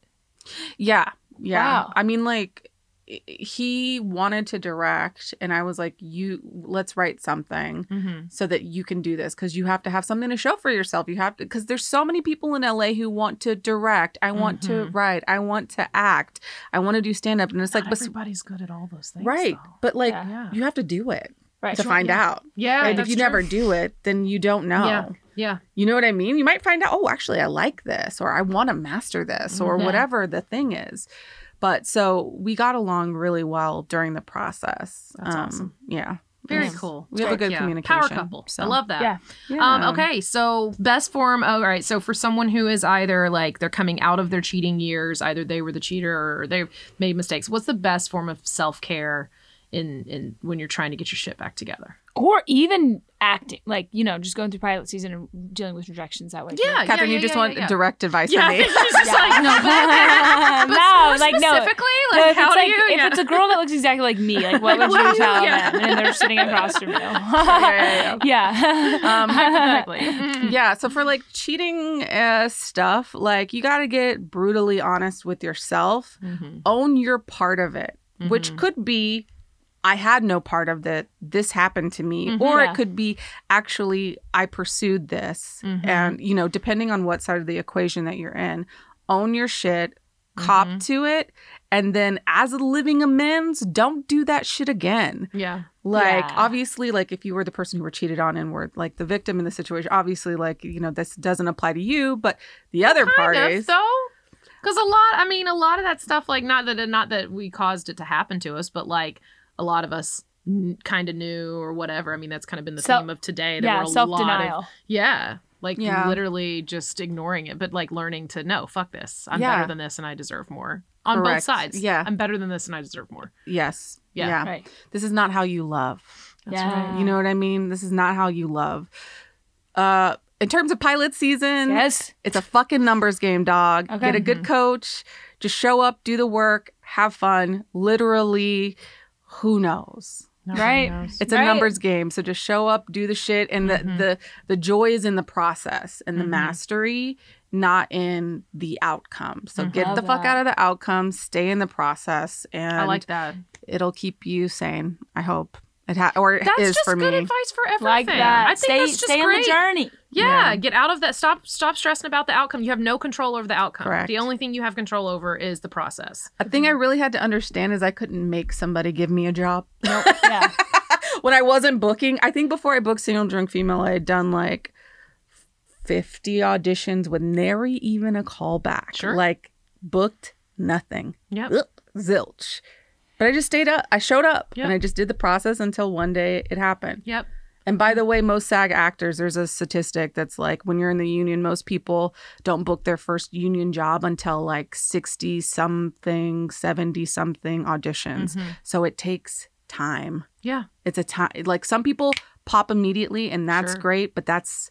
S1: Yeah. Yeah.
S9: Wow.
S1: I mean, like, i- he wanted to direct, and I was like, you, let's write something
S5: Mm-hmm.
S1: so that you can do this because you have to have something to show for yourself. You have to, because there's so many people in LA who want to direct. I want to
S5: Mhm.
S1: write. I want to act. I want to do stand up. And it's like,
S5: Not
S1: but,
S5: everybody's good at all those things.
S1: right.
S5: though.
S1: But like,
S9: Yeah.
S5: Yeah.
S1: you have to do it
S9: Right.
S1: to find out.
S5: Yeah.
S1: and if
S5: that's
S1: you
S5: true.
S1: never do it, then you don't know.
S5: Yeah.
S1: You know what I mean? You might find out, oh, actually, I like this, or I want to master this, or
S5: Mhm.
S1: whatever the thing is. But so we got along really well during the process. Um,
S5: That's awesome.
S1: Yeah.
S5: Very
S1: Yes.
S5: cool.
S1: We have a good
S5: Yeah.
S1: communication.
S5: Power couple.
S1: so-
S5: I love that.
S9: Yeah.
S1: Yeah.
S5: Um, okay, so best form. All right, so for someone who is either like they're coming out of their cheating years, either they were the cheater or they've made mistakes. What's the best form of self care in in when you're trying to get your shit back together?
S9: Or even acting. Like, you know, just going through pilot season and dealing with rejections that way. too.
S1: Catherine, you just want direct advice
S5: Yeah,
S1: from me.
S5: just like no, but,
S9: Uh, No,
S5: more
S9: like, no.
S5: specifically,
S9: No,
S5: like
S9: if
S5: how
S9: it's
S5: do
S9: like
S5: you?
S9: if
S5: yeah.
S9: it's a girl that looks exactly like me, like what would
S5: Well,
S9: you tell
S5: yeah.
S9: them? And they're sitting across from you.
S1: yeah,
S9: yeah. Um,
S5: hypothetically. Mm-hmm.
S1: yeah. So for like cheating uh, stuff, like you got to get brutally honest with yourself.
S5: Mhm.
S1: own your part of it, which
S5: Mhm.
S1: could be I had no part of it. This happened to me.
S5: Mhm.
S1: or
S9: Yeah.
S1: it could be actually I pursued this.
S5: Mhm.
S1: And, you know, depending on what side of the equation that you're in, own your shit, cop
S5: Mhm.
S1: to it. And then as a living amends, don't do that shit again.
S5: yeah.
S1: Like,
S9: Yeah.
S1: obviously, like if you were the person who were cheated on and were like the victim in the situation, obviously, like, you know, this doesn't apply to you, but the other
S5: kind
S1: parties.
S5: of though because a lot i mean a lot of that stuff like not that not that we caused it to happen to us but like a lot of us kind of knew or whatever i mean that's kind of been the
S9: Self-
S5: theme of today there
S9: yeah,
S5: were a
S9: self
S5: lot of
S9: denial.
S5: yeah like
S1: Yeah.
S5: literally just ignoring it but like learning to no fuck this i'm
S1: Yeah.
S5: better than this and i deserve more on both
S1: Correct.
S5: sides
S1: Yeah.
S5: i'm better than this and i deserve more
S1: yes.
S5: Yeah.
S1: yeah.
S9: Right.
S1: This is not how you love.
S5: that's
S9: Yeah.
S5: right
S1: You know what I mean? This is not how you love. Uh, in terms of pilot season,
S9: Yes.
S1: it's a fucking numbers game, dog.
S9: Okay. Mm-hmm.
S1: Get a good
S5: Mhm.
S1: coach. Just show up, do the work, have fun. Literally, who knows?
S5: Nobody
S9: Right.
S5: knows.
S1: It's a
S9: Right. Mm-hmm.
S1: numbers game, so just show up, do the shit, and the
S5: Mhm.
S1: the the joy is in the process and the
S5: Mhm.
S1: mastery, not in the outcome. So
S5: Mhm.
S1: get the
S9: Mm-hmm. Love
S1: fuck
S9: that.
S1: out of the outcome, stay in the process, and
S5: i like that
S1: it'll keep you sane. I hope it ha- or it
S5: that's
S1: is
S5: just
S1: for
S5: good
S1: me.
S5: advice for everything
S9: Like that.
S5: i think
S9: stay
S5: that's just
S9: stay
S5: great
S9: on the journey.
S5: Yeah, get out of that. Stop stop stressing about the outcome. You have no control over the outcome.
S1: Correct.
S5: The only thing you have control over is the process.
S1: A thing I really had to understand is I couldn't make somebody give me a job
S9: Yeah.
S1: when I wasn't booking, I think before I booked Single Drunk Female, I had done like 50 auditions with nary even a call back.
S5: Sure.
S1: Like booked nothing.
S5: Yep.
S1: Ugh, zilch. But I just stayed up. I showed up
S5: Yep.
S1: and I just did the process until one day it happened.
S5: Yep.
S1: And by the way, most SAG actors, there's a statistic that's like when you're in the union, most people don't book their first union job until like 60 something, 70 something auditions.
S9: Mm-hmm.
S1: So it takes time.
S5: Mm-hmm. Yeah.
S1: It's a time, like some people pop immediately and that's
S5: Sure.
S1: great, but that's,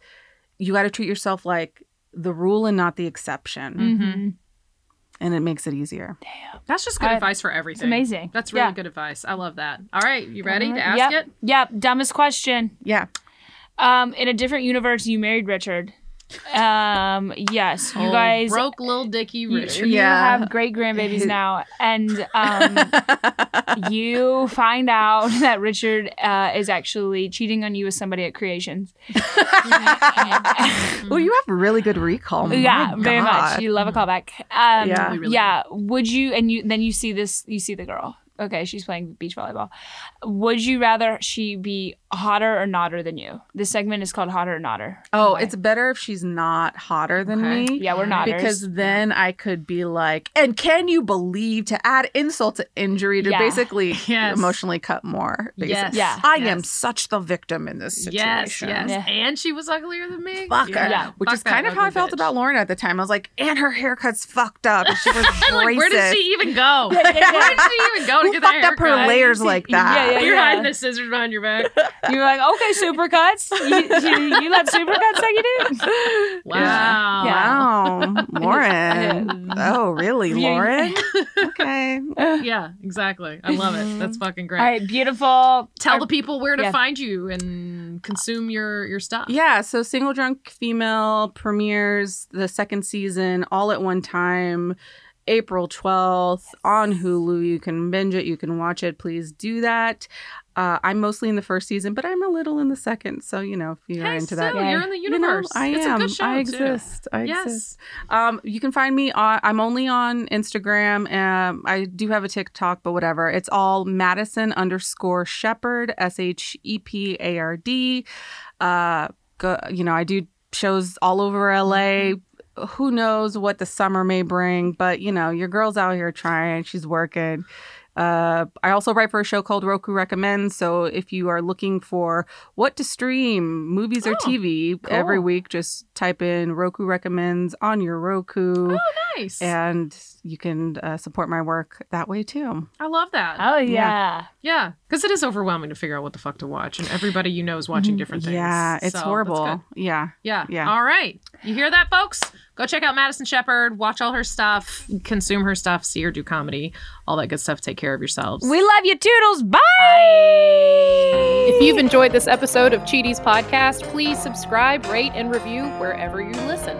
S1: you got to treat yourself like the rule and not the exception.
S9: Mm-hmm.
S1: And it makes it easier.
S5: That's just good
S9: I-
S5: advice for everything.
S9: It's amazing.
S5: That's really
S9: Yeah.
S5: good advice. I love that. All right, you ready to ask
S9: yep.
S5: it?
S9: Yep. Dumbest question.
S1: Yeah.
S9: Um, in a different universe, you married Richard. Um, yes, you
S5: Old
S9: guys.
S5: broke little Dicky
S9: you-
S5: Richard.
S9: You
S1: Yeah.
S9: have great grandbabies now, and um, you find out that Richard uh, is actually cheating on you with somebody at Creations.
S1: Well, you have really good recall. Oh My
S9: Mm-hmm. yeah, very much.
S1: God.
S9: You love a callback.
S1: Yeah.
S9: Um, yeah,
S5: We really
S9: yeah. Would you? And you then you see this. You see the girl. Okay, she's playing beach volleyball. Would you rather she be hotter or notter than you? This segment is called hotter or notter.
S1: Oh,
S9: Okay.
S1: it's better if she's not hotter than
S5: Okay.
S1: me.
S9: yeah, we're notters.
S1: because then I could be like, and can you believe to add insult to injury to
S9: Yeah.
S1: basically
S5: Yes.
S1: emotionally cut more? Basically.
S5: Yes.
S9: Yeah.
S1: I am
S5: Yes.
S1: such the victim in this
S5: Yes,
S1: situation.
S5: yes.
S9: Yeah.
S5: And she was uglier than me.
S1: Fuck her.
S9: Yeah.
S1: Which
S5: Fuck
S1: is
S5: that
S1: kind of how I
S5: ugly
S1: felt
S5: bitch.
S1: about Lauren at the time. I was like, and her haircut's fucked up. And she was
S5: I'm like, where did
S1: racist.
S5: she even go?
S9: Yeah, yeah,
S5: Where
S9: yeah.
S5: did she even go to
S1: Who
S5: get that
S1: fucked up her
S5: haircut?
S1: layers like that?
S9: Yeah,
S5: You're
S9: yeah.
S5: hiding the scissors behind your back.
S9: you were like, okay, supercuts. You, you, you love supercuts like you do.
S5: Wow.
S9: Yeah.
S1: Wow, Lauren.
S9: Yeah.
S1: Oh, really,
S9: Yeah.
S1: Lauren? Okay.
S5: Yeah, exactly. I love it.
S1: Mm-hmm.
S5: That's fucking great.
S9: All right, beautiful.
S5: Tell the people where to
S9: Yeah.
S5: find you and consume your your stuff.
S1: Yeah, so Single Drunk Female premieres the second season all at one time, April 12th on Hulu. You can binge it, you can watch it. Please do that. Uh, I'm mostly in the first season, but I'm a little in the second. So, you know, if you're
S5: Hey,
S1: into
S5: Sue,
S1: that,
S5: you're in the
S1: you know,
S5: universe.
S1: I
S5: it's
S1: am.
S5: a good show.
S1: I
S5: too.
S1: exist. I exist.
S5: Yes.
S1: Um, you can find me. On, I'm only on Instagram. Um, I do have a TikTok, but whatever. It's all Madison underscore Shepherd. S H E P A R D. Uh, go, you know, I do shows all over LA. Who knows what the summer may bring? But you know, your girl's out here trying. She's working. Uh, I also write for a show called Roku Recommends. So if you are looking for what to stream, movies or
S5: Oh,
S1: TV, every
S5: cool.
S1: week just type in Roku Recommends on your Roku.
S5: Oh, nice.
S1: And you can uh, support my work that way too.
S5: I love that.
S9: Oh
S1: Yeah.
S9: yeah.
S5: Yeah, because it is overwhelming to figure out what the fuck to watch, and everybody you know is watching different things.
S1: Mm-hmm. Yeah, it's
S5: So, that's good.
S1: horrible. Yeah.
S5: Yeah.
S1: Yeah.
S5: All right. You hear that, folks? Go check out Madison Shepard. Watch all her stuff. Consume her stuff. See her do comedy. All that good stuff. Take care of yourselves.
S9: We love you, Toodles. Bye.
S8: If you've enjoyed this episode of Cheaties Podcast, please subscribe, rate, and review wherever you listen.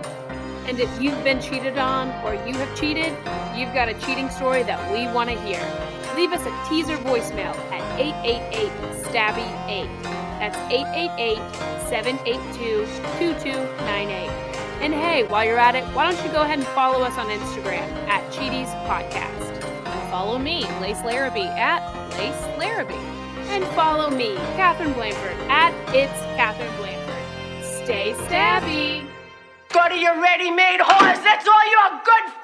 S8: And if you've been cheated on or you have cheated, you've got a cheating story that we want to hear. Leave us a teaser voicemail at 888 Stabby 8. That's 888 782 2298. And hey, while you're at it, why don't you go ahead and follow us on Instagram at Cheaties Podcast. And follow me, Lace Larrabee, at Lace Larrabee and follow me, Catherine Blanford, at It's Catherine Blanford. Stay stabby.
S10: Go to your ready-made horse. That's all you're good